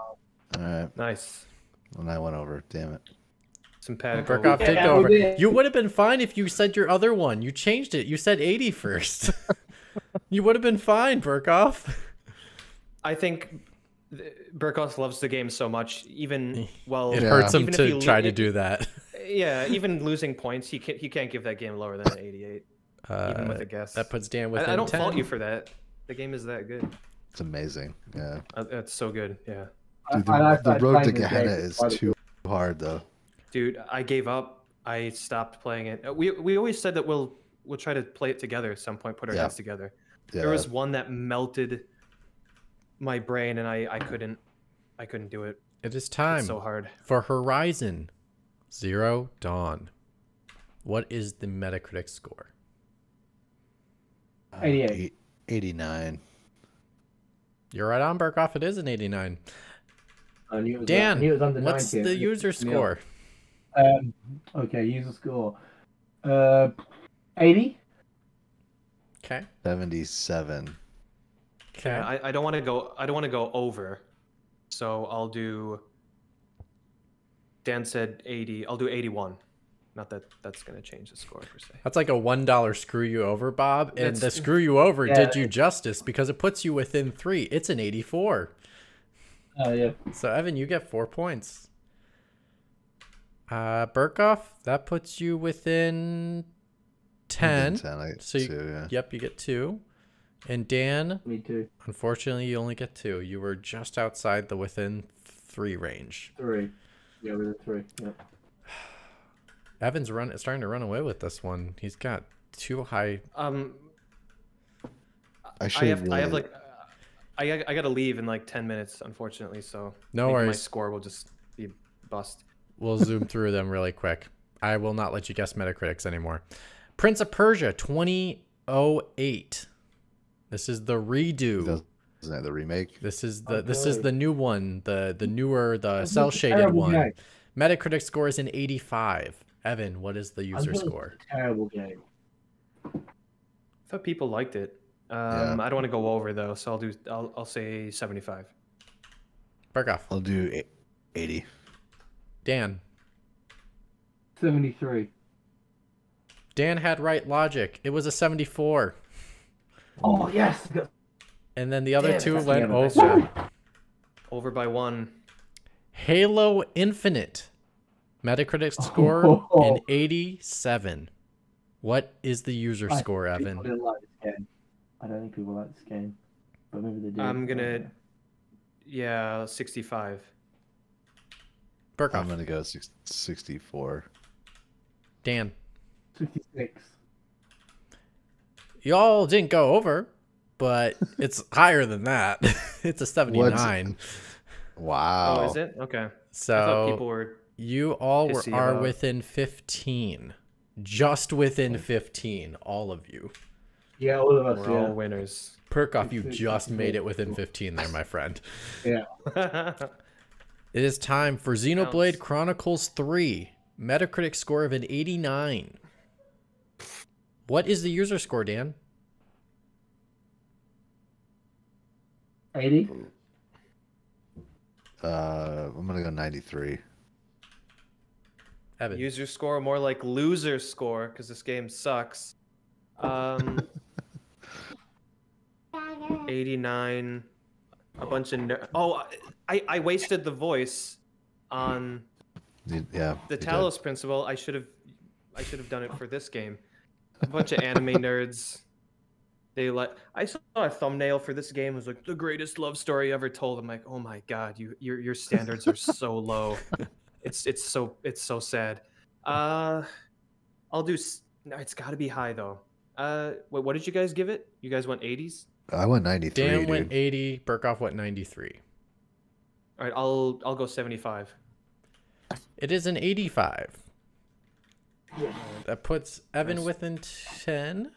S2: All right.
S4: Nice.
S2: And I went over. Damn it.
S4: Simpatico.
S3: Burkhoff, take
S1: Yeah, we
S3: over.
S1: did.
S3: You would have been fine if you said your other one. You changed it. You said 80 first. (laughs) you would have been fine, Burkoff.
S4: I think th- Burkhoff loves the game so much, even well,
S3: It
S2: Yeah.
S3: hurts him
S4: even if he
S3: to
S4: lo-
S3: try to do that.
S4: Yeah, even losing points, he can't. He can't give that game lower than an eighty-eight, even
S3: Uh,
S4: with a guess.
S3: that puts Dan within
S4: I, I don't
S3: 10.
S4: fault you for that. The game is that good.
S2: It's amazing. Yeah.
S4: Uh, That's so good. Yeah,
S2: Dude,
S1: I- I
S2: the,
S1: like
S2: the
S1: that
S2: road to
S1: timing game.
S2: Gehenna is
S1: Why the-
S2: too hard, though.
S4: dude. I gave up. I stopped playing it. Uh, We we always said that we'll we'll try to play it together at some point. Put our
S2: Yeah.
S4: heads together.
S2: Yeah.
S4: There was one that melted my brain, and I I couldn't I couldn't do it.
S3: It is
S4: It's
S3: time
S4: so hard.
S3: for Horizon Zero Dawn. What is the Metacritic score?
S2: uh,
S1: 88.
S2: eight- 89.
S3: You're right on, Burkoff. It is an 89.
S1: I knew it was- I knew it
S3: Dan,
S1: was under
S3: what's
S1: 90.
S3: the user
S1: Yeah.
S3: score?
S1: Um, okay, user score. Uh, 80?
S3: Okay.
S2: 77.
S3: Okay.
S4: Yeah, I, I don't want to go. I don't want to go over, so I'll do. Dan said eighty. I'll do eighty-one. Not that that's gonna change the score per se.
S3: That's like a one dollar screw you over, Bob. And the
S4: That's-
S3: screw you over
S1: Yeah.
S3: did you justice because it puts you within three. It's an eighty-four.
S1: Oh, yeah.
S3: So Evan, you get four points. Uh Burkoff, that puts you within ten.
S2: Didn't sound like it,
S3: So you,
S2: too, yeah.
S3: yep, you get two. And Dan,
S1: Me too.
S3: unfortunately, you only get two. You were just outside the within three range.
S1: Three. Yeah, with a three. Yeah.
S3: Evan's run starting to run away with this one. He's got too high.
S4: Um,
S2: I
S4: I
S2: should
S4: have. I have
S2: really-
S4: like. uh, I I gotta leave in like ten minutes, unfortunately. So
S3: No
S4: maybe my
S3: worries.
S4: score will just be bust.
S3: We'll zoom through them really quick. I will not let you guess Metacritics anymore. Prince of Persia 2008. This is the redo.
S2: Doesn't that the remake?
S3: This is the this is the new one, the the newer, the
S1: This
S3: cell
S1: is a
S3: shaded
S1: terrible
S3: one.
S1: game.
S3: Metacritic score is an 85. Evan, what is the
S1: I thought
S3: user
S1: it was a
S3: score?
S1: Terrible game.
S4: I thought people liked it. Um, I don't want to go over though, so I'll do. I'll I'll say seventy-five.
S3: Bark off.
S2: I'll do eight- 80.
S3: Dan.
S1: 73.
S3: Dan had right logic. It was a 74.
S1: Oh, yes! I got
S3: And then the other
S1: Damn it,
S3: two
S1: that's the
S3: went
S1: other best
S3: over.
S4: Over by one.
S3: Halo Infinite.
S1: (laughs)
S3: Metacritic score
S1: Oh.
S3: an 87. What is the user
S1: I
S3: score,
S1: think
S3: Evan?
S1: People didn't like this game. I don't think people like this game, but maybe they do.
S4: I'm
S1: Okay.
S4: gonna. Yeah, sixty-five.
S3: Burkoff.
S2: I'm going to go six, 64.
S3: Dan.
S1: 66.
S3: Y'all didn't go over.
S1: (laughs)
S3: but it's higher than that. (laughs) it's a 79.
S2: Wow.
S4: Oh, is it? Okay. I
S3: So
S4: thought people were.
S3: you all were,
S4: pissy
S3: are
S4: about-
S3: within 15. Just within 15, all of you.
S1: Yeah, all of us.
S4: We're all (laughs) winners.
S3: Perkoff, you
S1: Fifteen,
S3: just made it
S1: (laughs)
S3: within 15 there, my friend. It is time for Xenoblade
S4: Ouch.
S3: Chronicles 3. Metacritic score of an 89. What is the user score, Dan?
S1: Yeah. 80.
S2: Uh, I'm gonna go 93.
S3: Evan.
S4: User score, more like loser score, because this game sucks. Um, 89. A bunch of. Ner- oh, I, I wasted the voice on
S2: You- Yeah.
S4: the
S2: you did.
S4: Talos Principle. I should have, I should have done it for this game. A bunch of anime nerds. They like. I saw a thumbnail for this game. It was like the greatest love story ever told. I'm like, oh my god, you your your standards are so low. It's it's so it's so sad. Uh, I'll do. s- No, it's got to be high though. Uh, wait, what did you guys give it? You guys went 80s?
S2: I went 93.
S3: Dan
S2: dude.
S3: went 80. Burkoff went 93.
S4: All right, I'll I'll go 75.
S3: It is an 85. That puts Evan
S4: Nice.
S3: within 10.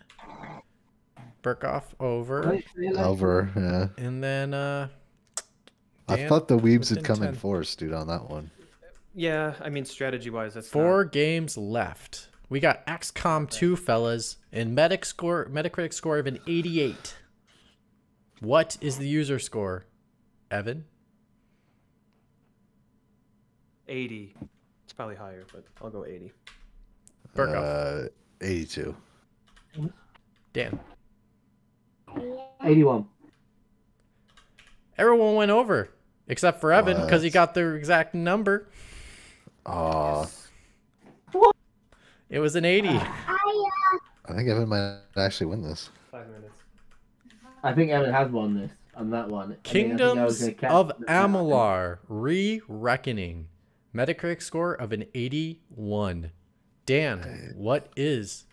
S3: Burkoff over.
S1: Right, see you later.
S2: Over. Yeah.
S3: And then uh
S2: I
S3: Dan
S2: thought the weebs
S3: within
S2: had come
S3: 10.
S2: in force, dude, on that one.
S4: Yeah, I mean strategy wise, that's not-
S3: four games left. We got XCOM 2, fellas, and Medic score, Metacritic score of an 88. What is the user score, Evan?
S4: 80. It's probably higher, but I'll go 80.
S3: Burkoff,
S2: Uh, 82.
S3: Dan.
S1: 81.
S3: Everyone went over except for Evan because he
S2: What?
S3: got the exact number.
S2: Oh,
S3: It was an 80.
S2: I think Evan might actually win this.
S4: Five minutes.
S1: I think Evan has won this and that one. I mean, I think I was
S3: Kingdoms
S1: gonna catch
S3: of
S1: that.
S3: Amalar Re Reckoning. Metacritic score of an 81. Dan, what is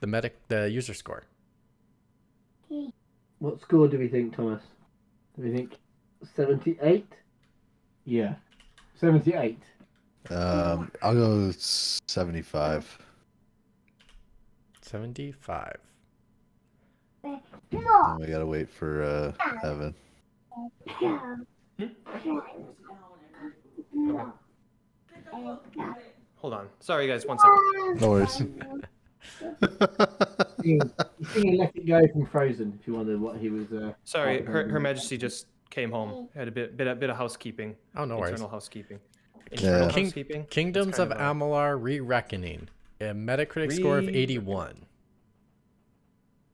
S3: the medic the user score?
S1: What score do we think, Thomas? Do we think 78? Yeah. (laughs) 78.
S2: Um, I'll go 75.
S3: 75.
S2: And Oh, we gotta wait for uh, Evan.
S4: Hold on. Sorry, guys. One second.
S2: No worries.
S1: He's singing Let It Go from Frozen, if you wondered what he was. Uh,
S4: Sorry, her, her Majesty just came home. Had a bit bit a bit of housekeeping.
S3: Oh, no worries.
S4: internal housekeeping.
S2: Yeah.
S4: Internal
S3: King-
S4: housekeeping.
S3: Kingdoms of
S4: kind of a-
S3: Amalar Re Reckoning. A Metacritic score of
S4: Re-
S3: 81.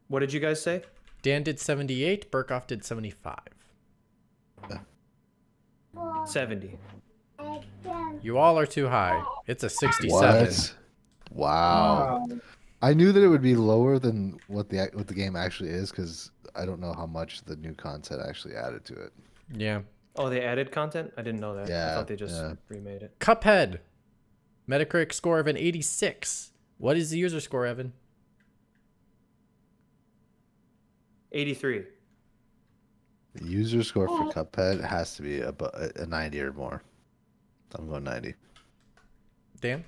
S4: What did you guys say?
S3: Dan did 78. Burkoff did 75.
S4: 70.
S3: You all are too high. It's a 67.
S2: what?
S3: Oh.
S1: Oh.
S2: Wow. I knew that it would be lower than what the ac- what the game actually is because I don't know how much the new content actually added to it.
S3: Yeah.
S4: Oh, they added content. I didn't know that. I
S2: Yeah,
S4: thought they just
S2: yeah.
S4: remade it.
S3: Cuphead. Metacritic score of an 86. What is the user score, Evan?
S4: 83.
S2: The user score for Cuphead has to be abo- a, a 90 or more. I'm going
S3: (laughs)
S2: 90.
S3: Dan?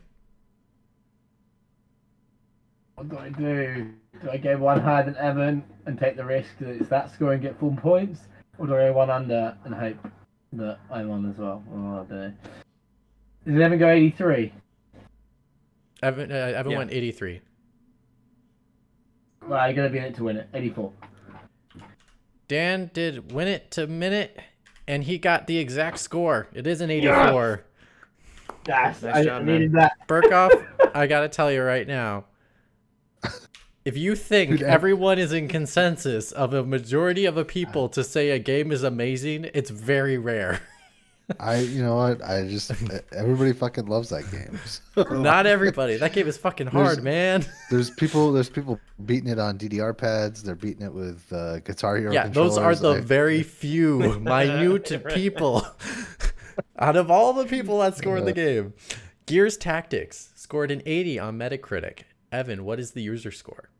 S1: What do I do? Do I go one higher than Evan and take the risk that it's that score and get full points? Or do I go one under and hope that I'm on as well? Oh, I don't know. Did Evan go 83?
S3: Evan, uh, Evan
S4: Yeah.
S3: went 83.
S1: Well, I'm going to be in it to win it. 84.
S3: Dan did win it to minute, and he got the exact score. It is an 84.
S1: Yes,
S4: Nice
S1: I
S4: job, man.
S1: needed that.
S3: Burkoff, I gotta tell you right now. If you think
S2: Dude, I-
S3: everyone is in consensus of a majority of a people to say a game is amazing, it's very rare.
S2: I, you know what? I just e, everybody fucking loves that game. So,
S3: (laughs) Not everybody. That game is fucking
S2: There's-
S3: hard, man.
S2: there's people, there's people beating it on DDR pads. They're beating it with uh, Guitar Hero.
S3: Yeah, those are
S2: controllers.
S3: the
S2: I-
S3: very few minute
S4: Right.
S3: people (laughs) out of all the people that scored the game. Gears Tactics scored an 80 on Metacritic. Evan, what is the user score?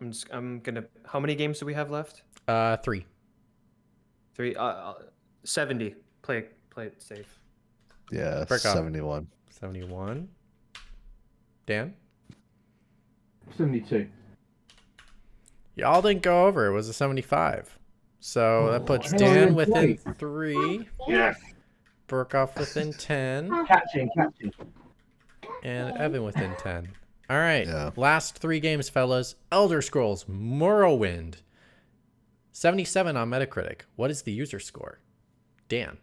S4: I'm just, I'm gonna. How many games do we have left?
S3: Uh, three.
S4: Three. Uh, uh, Seventy. Play it. Play it safe.
S2: Yeah,
S3: Brick off.
S2: 71.
S3: 71. Dan?
S1: Seventy-two.
S3: Y'all didn't go over. It was a 75. So that puts Dan within three.
S1: Yes.
S3: Burkoff within 10.
S1: Catching, catching.
S3: And Evan within 10. All right.
S2: Yeah.
S3: Last three games, fellas. Elder Scrolls Morrowind. 77 on Metacritic. What is the user score? Dan.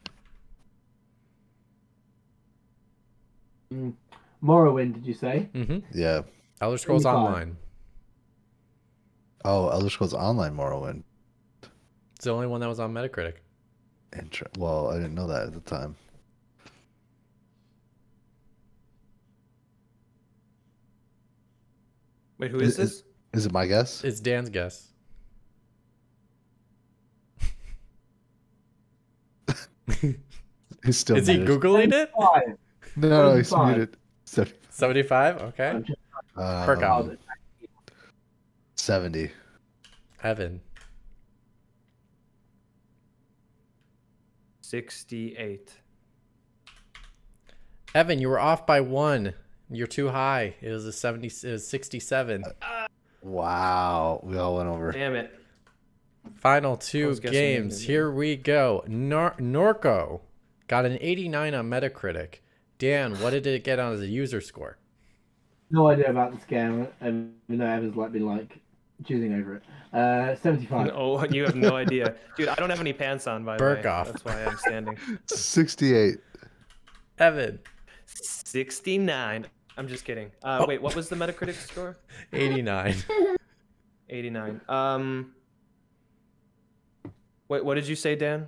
S1: Morrowind, did you say?
S3: Mm-hmm.
S2: Yeah.
S3: Elder Scrolls
S1: 75.
S3: Online.
S2: Oh, Elder Scrolls Online Morrowind.
S3: It's the only one that was on Metacritic.
S2: Inter- well, I didn't know that at the time.
S4: Wait, who is
S2: Is- is-
S4: this?
S2: Is it my guess?
S3: It's Dan's guess.
S2: He's still
S3: Is he
S2: muted.
S3: Googling it?
S1: Five.
S2: No, no, he's
S1: 75.
S2: muted. So,
S3: 75? Okay.
S1: I'm just
S2: um,
S3: Perk up.
S1: proud.
S2: 70.
S3: Evan.
S4: Sixty-eight.
S3: Evan, you were off by one. You're too high. It was a 70, it was 67.
S2: Wow. We all went over.
S4: Damn it.
S3: Final two
S4: Close guessing,
S3: games.
S4: isn't it?
S3: Here we go. Nor- Norco got an 89 on Metacritic. Dan, what did it get on as a user score?
S1: No idea about this game, and you know Evan's like been like choosing over it. Uh, seventy-five.
S4: No, Oh, you have no idea, dude. I don't have any pants on, by the way.
S3: Burkoff.
S4: That's why I'm standing.
S2: 68.
S3: Evan,
S4: Sixty-nine. I'm just kidding. Uh,
S3: Oh.
S4: Wait, what was the Metacritic score? (laughs)
S3: 89.
S4: Eighty-nine. Um. Wait, what did you say, Dan?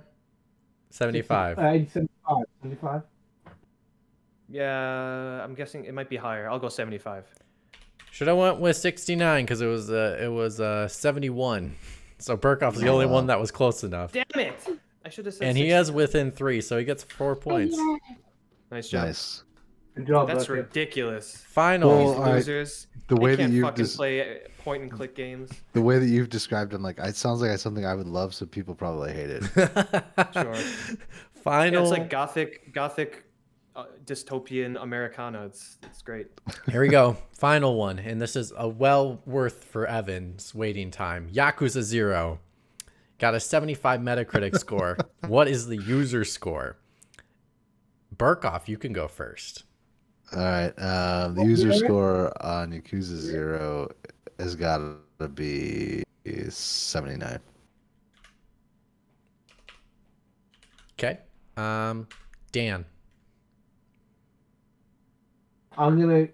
S3: 75.
S1: Uh, 75. 75.
S4: Yeah, I'm guessing it might be higher. I'll go seventy-five.
S3: Should have went with 69 because it was uh, it was uh, 71. So Burkoff's the only
S2: Wow.
S3: one that was close enough.
S4: Damn it! I should have said.
S3: And he
S4: 60.
S3: is within three, so he gets four points.
S4: Oh, Nice job. Oh,
S2: Nice.
S1: Good job.
S4: That's
S1: Bertie.
S4: ridiculous.
S3: Finals.
S2: Well,
S3: (laughs)
S4: These
S2: I-
S4: losers.
S2: The way
S4: they
S2: that
S4: can't
S2: you've
S4: fucking
S2: dis-
S4: play point and click games.
S2: the way that you've described him, like it sounds like it's something I would love. So people probably hate
S4: (laughs)
S2: it.
S4: Sure. Yeah,
S3: Final.
S4: it's like gothic, gothic, uh, dystopian Americana. It's it's great.
S3: Here we go. Final one. And this is a well worth for Evan's waiting time. Yakuza Zero got a 75 Metacritic score. what is the user score? Burkoff, you can go first.
S2: All right. Um, the user score on Yakuza Zero has got to be 79.
S3: Okay. Um, Dan.
S1: I'm gonna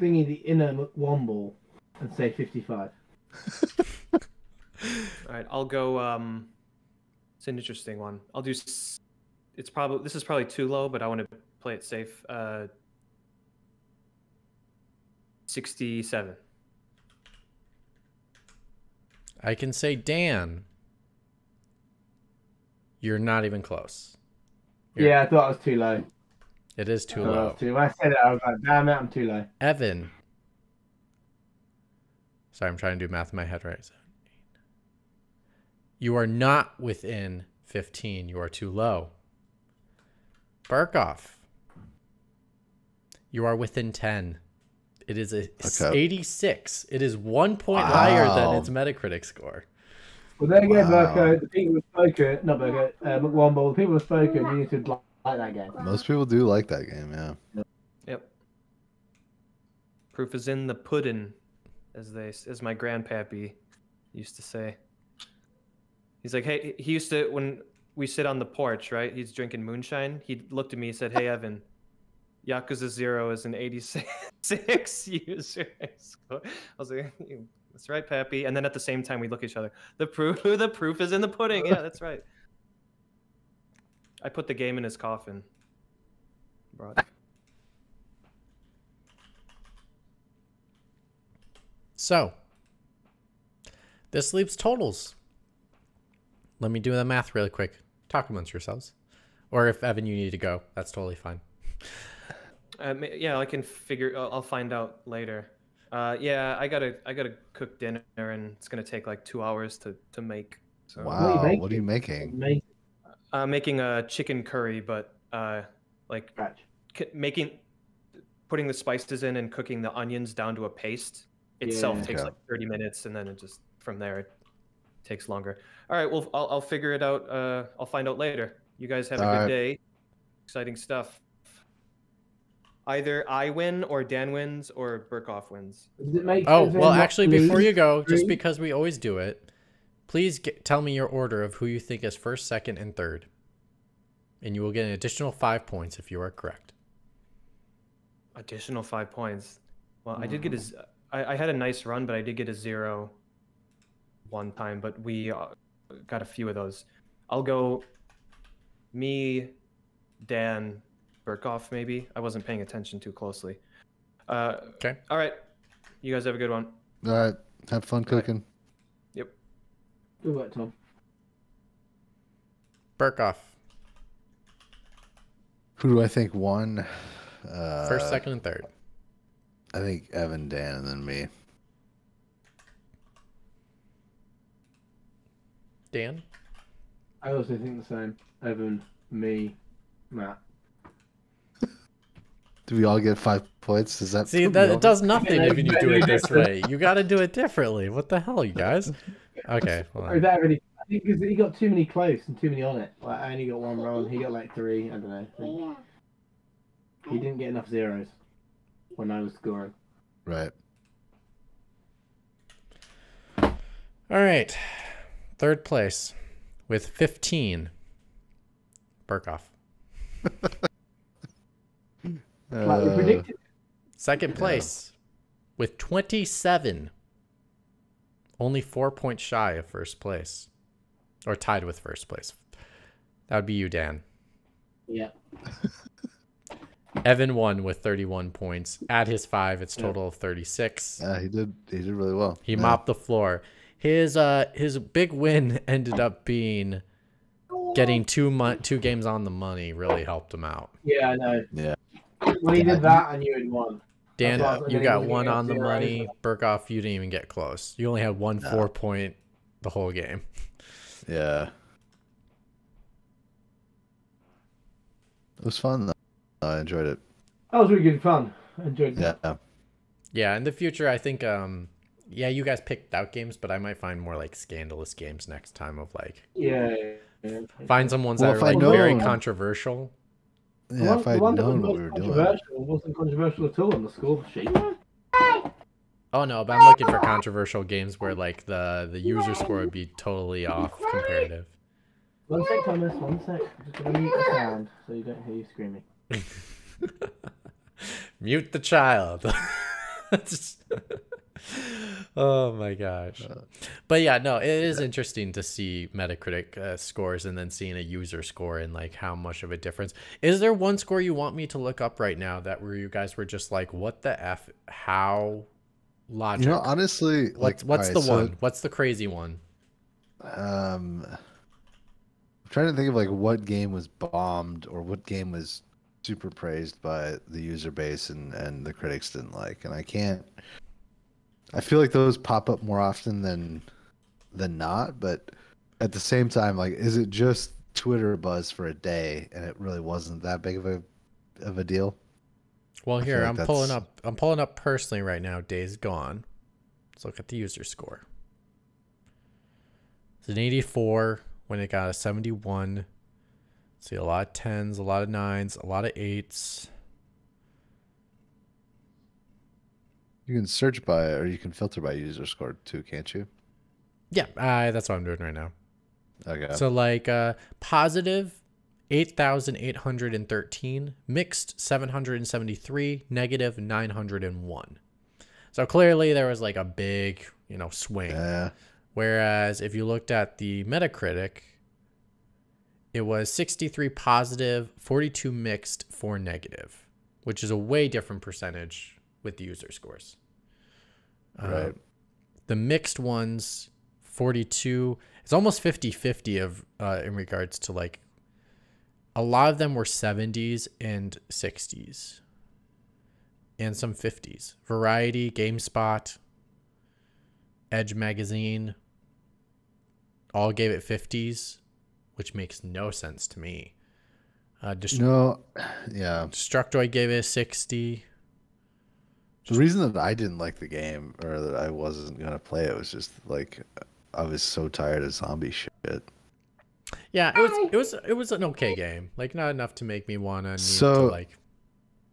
S1: thingy the inner McWomble and say fifty-five.
S4: All right, I'll go. Um, it's an interesting one. I'll do. s- It's probably this is probably too low, but I want to play it safe. Uh, Sixty-seven.
S3: I can say Dan. You're not even close. Yeah.
S1: Yeah, I thought I was too low.
S3: It is too
S1: I thought I was
S3: low.
S1: too. When I said it, I was like, damn it, I'm too low.
S3: Evan. Sorry, I'm trying to do math in my head right. You are not within 15. You are too low. Barkoff. You are within 10. It is a s-
S2: Okay.
S3: 86. It is one point higher than
S2: Wow.
S3: its Metacritic score.
S1: Well, there you go,
S2: Wow.
S1: Burko. The people who spoke it, not Burko, uh, McWomble, the people who spoke it, we need to li- like that game.
S2: Most people do like that game. Yeah.
S4: Yep. Proof is in the pudding, as they as my grandpappy used to say. He's like, hey, he used to when we sit on the porch, right? He's drinking moonshine. He looked at me and said, "Hey, Evan, Yakuza Zero is an 86 (laughs) user score." I was like, "That's right, pappy." And then at the same time, we look at each other. The proof, (laughs) the proof is in the pudding. Yeah, that's right. I put the game in his coffin. Brought.
S3: So, this leaves totals. Let me do the math really quick. Talk amongst yourselves. Or if Evan, you need to go, that's totally fine.
S4: Uh, ma- yeah, I can figure. I'll, I'll find out later. Uh, yeah, I gotta I gotta cook dinner, and it's gonna take like two hours to to make. So.
S2: Wow,
S1: What are you
S2: what are you making?
S1: Amazing
S4: Uh, making a chicken curry, but uh, like
S1: scratch.
S4: c- making putting the spices in and cooking the onions down to a paste itself
S1: Yeah.
S4: takes
S2: Okay.
S4: like 30 minutes and then it just from there it takes longer all right well i'll, I'll figure it out uh, i'll find out later you guys have a
S2: All
S4: good
S2: right.
S4: day exciting stuff either i win or dan wins or burkoff wins
S1: Does it make
S3: Oh
S1: sense
S3: well,
S1: then not
S3: actually,
S1: to
S3: before
S1: leave?
S3: you go, just
S1: Three.
S3: because we always do it, please get, tell me your order of who you think is first, second, and third, and you will get an additional five points if you are correct.
S4: additional five points well i did get a z- I, I had a nice run but i did get a zero one time but we uh, got a few of those i'll go me dan burkoff maybe i wasn't paying attention too closely uh,
S3: Okay.
S4: all right you guys have a good one
S2: All right, have fun cooking.
S1: Good work, Tom.
S3: Burkoff,
S2: Who do I think won? (sighs) Uh,
S3: first, second, and third.
S2: I think Evan, Dan, and then me.
S3: Dan,
S1: I also think the same. Evan, me, Matt.
S2: Do we all get five points? Does that
S3: see
S2: put me
S3: that
S2: over?
S3: it does nothing
S1: Yeah,
S3: if you
S1: you
S3: do
S1: better
S3: it
S1: do
S3: this way.
S1: different.
S3: You got to do it differently. What the hell, you guys? Okay. hold
S1: Or
S3: on.
S1: that really? I think because he got too many close and too many on it. Like I only got one wrong. He got like three. I don't know. I think. He didn't get enough zeros when I was scoring.
S2: Right.
S3: All right. Third place with 15. Burkoff.
S1: Like we
S2: Uh,
S1: predicted.
S3: Second place with 27. Only four points shy of first place. Or tied with first place. That would be you, Dan.
S1: Yeah.
S3: Evan won with 31 points. Add his five, it's total of 36.
S2: yeah, he did. He did really well.
S3: He
S2: Yeah.
S3: mopped the floor. His uh his big win (laughs) ended up being getting two mon- two games on the money really helped him out.
S1: Yeah, I know.
S2: Yeah.
S1: When he
S2: Yeah.
S1: did that, I knew he'd won.
S3: Dan,
S1: Yeah.
S3: you
S1: Yeah.
S3: got one on the
S1: Zero.
S3: money. Burkoff, you didn't even get close. You only had one
S2: No.
S3: four point the whole game.
S2: Yeah. It was fun though. I enjoyed it.
S1: That was really good fun. I enjoyed that.
S2: Yeah.
S3: Yeah, in the future, I think um yeah you guys picked out games, but I might find more like scandalous games next time of like
S1: Yeah. yeah.
S3: find some ones
S2: Well,
S3: that
S2: if
S3: are
S2: I
S3: like very
S2: know-
S3: controversial.
S1: The
S2: Yeah.
S1: one-
S2: If
S1: the
S2: I'd
S1: one that was
S2: known what
S1: most
S2: we were doing.
S1: controversial wasn't controversial at all on the score sheet.
S3: Oh no, but I'm looking for controversial games where like the the user score would be totally off comparative.
S1: One sec, Thomas. One sec. I'm just gonna mute the sound so you don't hear you screaming.
S3: Mute the child. (laughs) Just- oh my gosh.
S2: Uh,
S3: But yeah, no, it is interesting to see Metacritic uh, scores and then seeing a user score and like how much of a difference. Is there one score you want me to look up right now that where you guys were just like, what the f? How logic?
S2: You know, honestly, like
S3: what's what's
S2: alright,
S3: the
S2: so,
S3: one? What's the crazy one?
S2: Um, I'm trying to think of like what game was bombed or what game was super praised by the user base and and the critics didn't like, and I can't. I feel like those pop up more often than than not, but at the same time, like, is it just Twitter buzz for a day and it really wasn't that big of a of a deal?
S3: Well,
S2: I feel
S3: here
S2: like
S3: I'm pulling
S2: that's-
S3: up. I'm pulling up personally right now. Days gone. Let's look at the user score. It's an 84 when it got a 71. See a lot of tens, a lot of nines, a lot of eights.
S2: You can search by or you can filter by user score too, can't you?
S3: Yeah, uh, that's what I'm doing right now.
S2: Okay.
S3: So like uh, positive, eight thousand eight hundred and thirteen, mixed seven hundred and seventy three, negative nine hundred and one. So clearly there was like a big you know swing.
S2: yeah.
S3: Whereas if you looked at the Metacritic, it was 63 positive, 42 mixed, 4 negative, which is a way different percentage with the user scores. Uh,
S2: Right.
S3: the mixed ones, 42, it's almost 50 50 of, uh, in regards to like, a lot of them were 70s and 60s. and some 50s. Variety, GameSpot, Edge Magazine all gave it 50s, which makes no sense to me. Uh, Dest-
S2: No, yeah.
S3: Destructoid gave it a 60.
S2: The reason that I didn't like the game or that I wasn't gonna play it was just like I was so tired of zombie shit.
S3: Yeah, it was it was it was an okay game. Like not enough to make me wanna need
S2: So-
S3: to like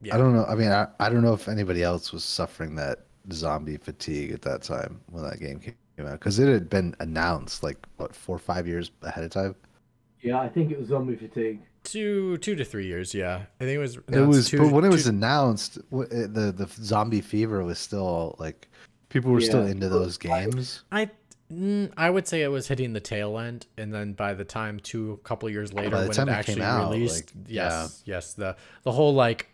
S3: Yeah.
S2: I don't know. I mean, I, I don't know if anybody else was suffering that zombie fatigue at that time when that game came out because it had been announced like what four or five years ahead of time.
S1: Yeah, I think it was zombie fatigue.
S3: two two to three years, yeah. I think it was
S2: it
S3: announced
S2: was,
S3: two-
S2: but when it
S3: two-
S2: was announced, wh- it- the the zombie fever was still like people were still
S1: Yeah.
S2: into those games.
S3: I mm, I would say it was hitting the tail end, and then by the time two a couple years later,
S2: the
S3: when
S2: time
S3: it
S2: it came
S3: actually
S2: out,
S3: released,
S2: like,
S3: yes, yes, the the whole like,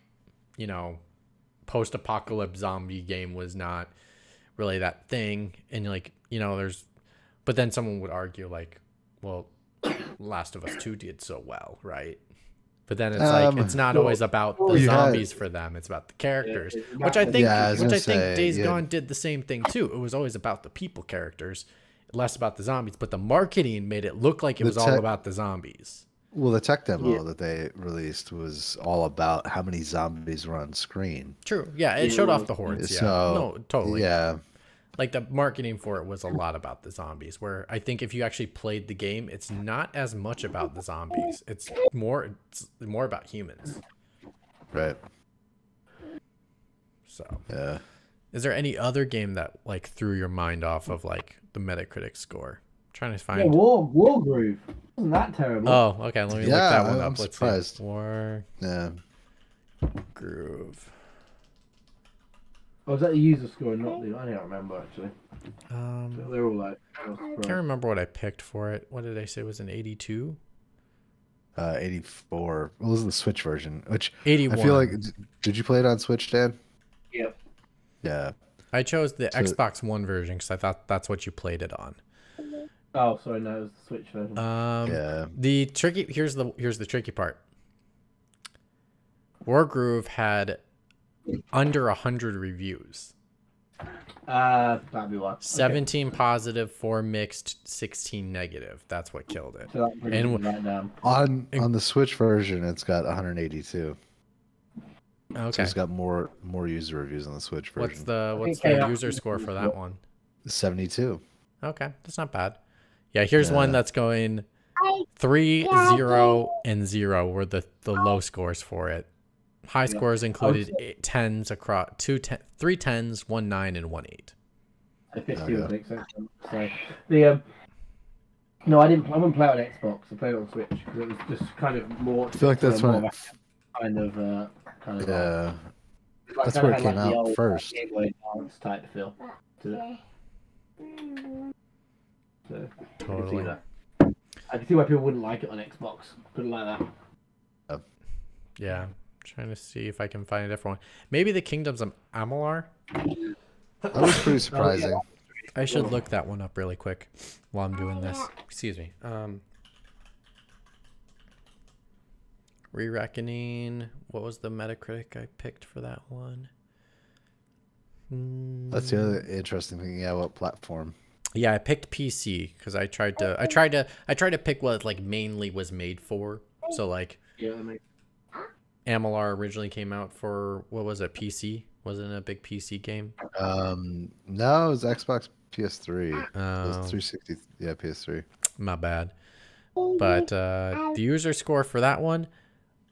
S3: you know, post apocalypse zombie game was not really that thing, and like you know, there's, but then someone would argue like, well, (coughs) Last of Us Two did so well, right? But then it's
S2: Um,
S3: like it's not
S1: well,
S3: always about the
S1: well,
S2: you had-
S3: zombies for them; it's about the characters
S1: Yeah, it's
S3: which
S1: not
S3: I
S1: the-
S3: think,
S2: Yeah, I was
S3: which
S2: gonna
S3: I think
S2: say,
S3: Days
S2: yeah.
S3: Gone did the same thing too. It was always about the people characters, less about the zombies. But the marketing made it look like it
S2: The
S3: was all
S2: tech-
S3: about the zombies.
S2: Well, the tech demo
S1: Yeah.
S2: that they released was all about how many zombies were on screen.
S3: True. Yeah, it
S1: Yeah.
S3: showed off the hordes. Yeah.
S2: So,
S3: no, totally.
S2: Yeah,
S3: Like the marketing for it was a lot about the zombies. Where I think if you actually played the game, it's not as much about the zombies. It's more it's more about humans.
S2: right.
S3: So,
S2: Yeah.
S3: is there any other game that like threw your mind off of like the Metacritic score? trying to find
S1: Yeah, War War Groove wasn't that terrible.
S3: Oh, okay. Let me look
S2: Yeah,
S3: that one
S2: I'm
S3: up. Let's
S2: surprised.
S3: see. War
S2: Yeah.
S3: Groove.
S1: Or was that the user score? Not the I don't remember actually.
S3: Um,
S1: They're all like. I was
S3: can't
S1: surprised.
S3: remember what I picked for it. What did I say was an 82?
S2: Uh, 84. Well, this is the Switch version, which
S3: 81.
S2: I feel like. d- Did you play it on Switch, Dan?
S1: Yeah.
S2: Yeah.
S3: I chose the
S2: So-
S3: Xbox One version because I thought that's what you played it on.
S1: Oh, sorry, no, it was the Switch version.
S3: Um,
S2: yeah.
S3: The tricky here's the here's the tricky part. War Groove had under hundred reviews. Oh.
S1: Uh, that'd be one. Okay.
S3: 17 positive, 4 mixed, 16 negative. That's what killed it.
S1: So that brings
S3: and
S1: it
S3: w-
S1: right down.
S2: On on the Switch version, it's got 182. So
S3: Okay.
S2: it's got more more user reviews on the Switch version.
S3: What's the what's
S1: Okay,
S3: the
S1: I'll-
S3: user score for that one?
S2: 72.
S3: Okay, that's not bad. Yeah, here's one
S2: Yeah.
S3: that's going three, zero, and zero were the, the low scores for it. High scores included eight, tens across two ten, three tens, one nine, and one eight.
S1: The 50
S2: Okay.
S1: was an exception. So the um, no, I didn't. I wouldn't play it on Xbox. I played it on Switch because it was just kind of more.
S2: I feel like that's
S1: uh,
S2: when
S1: more
S2: it,
S1: of a kind of uh, kind of. like-
S2: yeah.
S1: it's like
S2: that's
S1: kinda
S2: where it
S1: had,
S2: came
S1: like, the
S2: out
S1: old, like,
S2: first.
S1: Game Boy Advance type feel. To it. So, I can see
S3: Totally.
S1: that. I can see why people wouldn't like it on Xbox. Put it like that.
S3: Yeah. Trying to see if I can find a different one. Maybe the Kingdoms of Amalar.
S2: That was pretty surprising.
S3: I should look that one up really quick while I'm doing this. Excuse me. Um, Re Reckoning. What was the Metacritic I picked for that one? Hmm.
S2: That's the other interesting thing. Yeah, what platform?
S3: Yeah, I picked PC because I tried to. I tried to. I tried to pick what like mainly was made for. So like
S1: Yeah, I mean,
S3: Amalar originally came out for what was it? PC wasn't it a big PC game.
S2: Um, no, it was Xbox, PS3, It was
S3: Um,
S2: 360. Yeah, PS3.
S3: my bad. But uh, the user score for that one,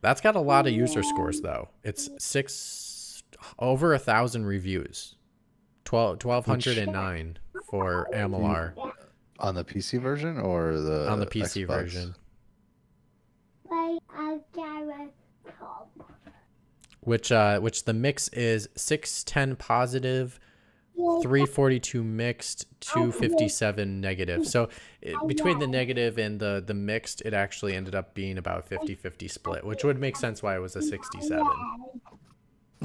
S3: that's got a lot of user scores though. It's six over a thousand reviews, twelve twelve hundred and nine for Amalar
S2: On the PC version or the
S3: on the PC
S2: Xbox?
S3: version,
S6: Play a carrot top.
S3: which uh, which the mix is six ten positive, three forty two mixed, two fifty seven negative. So it, between the negative and the the mixed, it actually ended up being about 50-50 split, which would make sense why it was a sixty seven.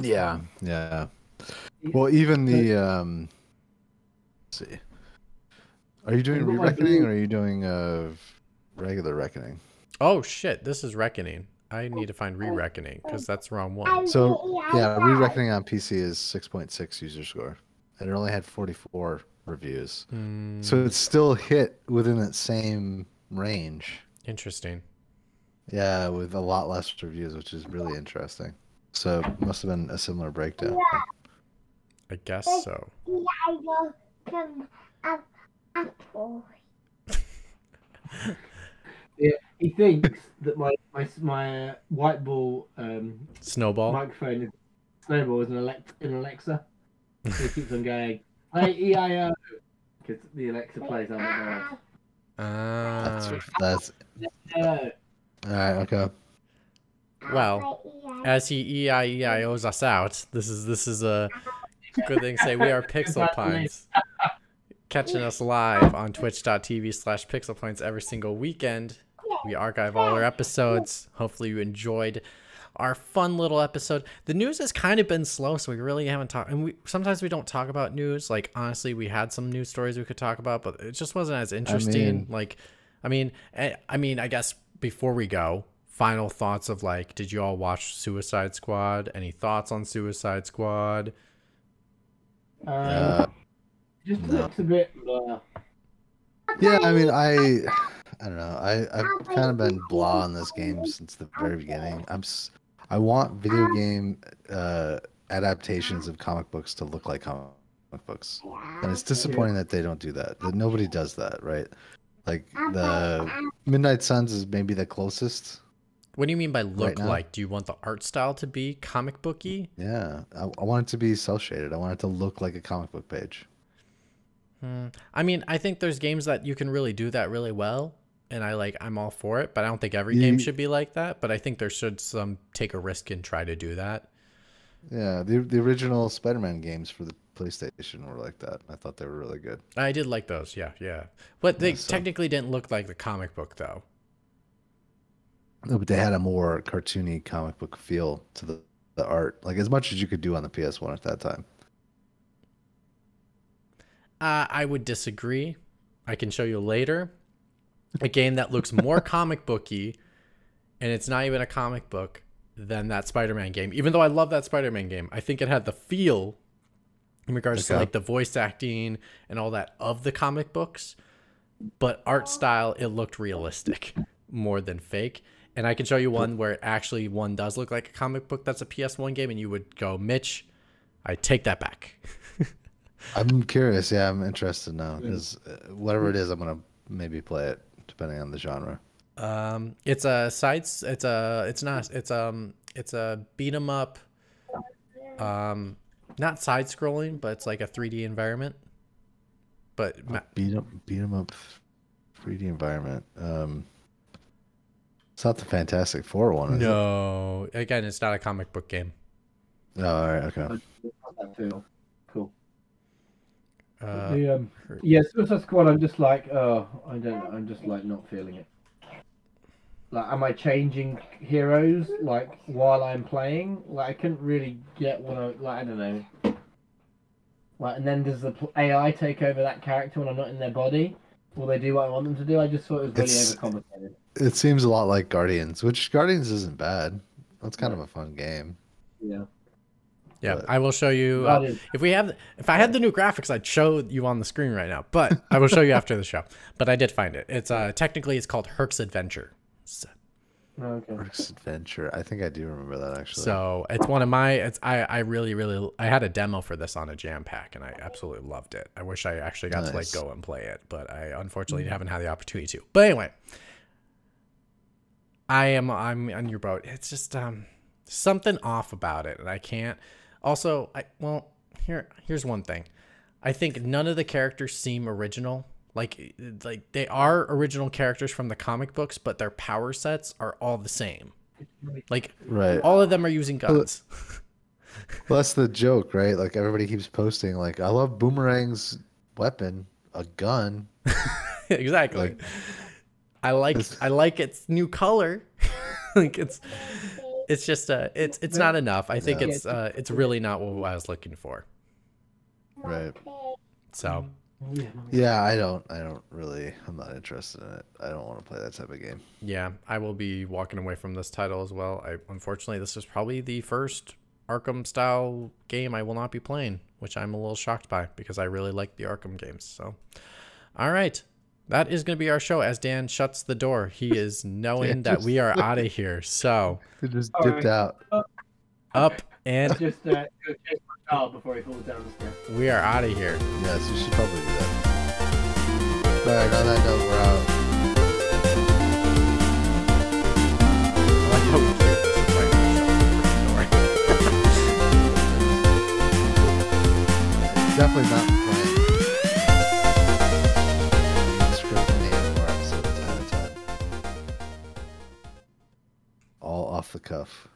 S2: Yeah, yeah. Well, even the um, let's see, are you doing
S1: But, like,
S2: re-reckoning or are you doing uh regular reckoning?
S3: Oh shit, this is Reckoning. I need to find re-reckoning because that's the wrong
S6: I
S3: one.
S2: So
S6: really
S2: yeah,
S6: like
S2: re
S6: that.
S2: reckoning on PC is 6.6 user score, and it only had 44 reviews.
S3: Hmm,
S2: So it's still hit within that same range.
S3: interesting.
S2: Yeah, with a lot less reviews, which is really interesting. So it must have been a similar breakdown.
S3: I guess so.
S6: Yeah, I go from um, apple.
S1: He thinks that my my my uh, white ball um,
S3: Snowball.
S1: microphone is snowball is an, Alex, an Alexa. So he keeps on going I E I O because the Alexa plays on
S6: Ah,
S1: it.
S2: That's that's
S3: Ah.
S1: No,
S2: all right. Okay.
S6: ah,
S3: Well,
S6: yeah.
S3: as he EIEIOs E us out, this is this is a good thing to say. (laughs) We are Pixel Pines. Catching us live on twitch.tv slash pixelpines every single weekend. We archive all our episodes. Hopefully you enjoyed our fun little episode. The news has kind of been slow, so we really haven't talked and we sometimes we don't talk about news. Like honestly, we had some news stories we could talk about, but it just wasn't as interesting.
S2: mean-
S3: like I mean eh, I mean, I guess before we go, final thoughts of like, did you all watch Suicide Squad? Any thoughts on Suicide Squad?
S1: uh,
S2: Uh,
S1: just
S2: no.
S1: looks a bit. uh, blah.
S2: yeah, I mean, I I don't know. I I've kind of been blah on this game since the very beginning. I'm s- I want video game uh, adaptations of comic books to look like comic books, and it's disappointing that they don't do that. That nobody does that, right? Like the Midnight Suns is maybe the closest.
S3: What do you mean by look
S2: now?
S3: like? Do you want the art style to be comic booky?
S2: Yeah, I, I want it to be cel shaded. I want it to look like a comic book page.
S3: Hmm. I mean, I think there's games that you can really do that really well, and I like I'm all for it, but I don't think every game
S2: Ye-
S3: should be like that, but I think there should some take a risk and try to do that.
S2: Yeah, the the original Spider-Man games for the PlayStation were like that. I thought they were really good.
S3: I did like those. Yeah, yeah. But they
S2: Yeah, so-
S3: technically didn't look like the comic book though.
S2: No, but they had a more cartoony comic book feel to the, the art, like as much as you could do on the PS1 at that time.
S3: Uh, I would disagree. I can show you later a game that looks more comic booky, and it's not even a comic book than that Spider-Man game. Even though I love that Spider-Man game, I think it had the feel in regards to
S2: Okay.
S3: like the voice acting and all that of the comic books, but art style it looked realistic more than fake. And I can show you one where it actually one does look like a comic book that's a PS1 game, and you would go, Mitch, I take that back. (laughs)
S2: I'm curious. Yeah, I'm interested now because uh, whatever it is, I'm gonna maybe play it depending on the genre.
S3: Um, it's a sites. It's a. It's not. It's um. It's a beat 'em up. Um, not side scrolling, but it's like a 3D environment. But ma-
S2: Beat up, beat 'em up, 3D environment. Um, it's not the Fantastic Four one. Is It?
S3: no, again, it's not a comic book game.
S2: Oh, all right. Okay.
S1: That feel. Cool.
S3: Uh,
S1: the, um,
S3: or-
S1: yeah, Suicide Squad. I'm just like, oh, I don't. know. I'm just like not feeling it. Like, am I changing heroes like while I'm playing? Like, I couldn't really get what I like. I don't know. Like, and then does the pl- AI take over that character when I'm not in their body? Will they do what I want them to do? I just thought it was
S2: It's-
S1: really overcomplicated.
S2: It seems a lot like Guardians, which Guardians isn't bad. That's kind of a fun game.
S1: Yeah.
S3: yeah, I will show you.
S1: That
S3: Uh,
S1: is-
S3: if we have, if I had the new graphics, I'd show you on the screen right now. But I will show you after the show. But I did find it. It's uh technically it's called Herc's Adventure. So-
S1: Okay.
S2: Eric's Adventure. I think I do remember that actually.
S3: So it's one of my. It's I. I really, really. I had a demo for this on a jam pack, and I absolutely loved it. I wish I actually got
S2: Nice. Mm.
S3: to like go and play it, but I unfortunately haven't had the opportunity to. But anyway, I am. I'm on your boat. It's just um something off about it, and I can't. Also, I well here. Here's one thing. I think none of the characters seem original. Like like they are original characters from the comic books, but their power sets are all the same. Like
S2: right.
S3: all of them are using guns.
S2: Well, that's the joke, right? Like everybody keeps posting, like, I love Boomerang's weapon, a gun.
S3: (laughs) exactly.
S2: Like-
S3: I like I like its new color. (laughs) like it's it's just uh it's it's not enough. I think
S1: Yeah.
S3: it's uh it's really not what I was looking for.
S1: Mm-hmm.
S2: Right.
S3: So
S1: Yeah.
S2: Yeah, I don't. I don't really. I'm not interested in it. I don't want to play that type of game.
S3: Yeah, I will be walking away from this title as well. I unfortunately this is probably the first Arkham style game I will not be playing, which I'm a little shocked by because I really like the Arkham games. So all right. That is going to be our show as Dan shuts the door. He is knowing that we are out of here. So,
S2: It just
S1: All
S2: dipped
S1: right.
S2: out.
S3: up and
S1: Just uh, go chase my child before he falls down the stairs.
S3: we are out of here.
S2: Yes, you should probably do that. All right, on that note, we're out.
S3: I like how weird this is, like, shut the door.
S2: Definitely not playing. Script name for episode ahead of time. All off the cuff.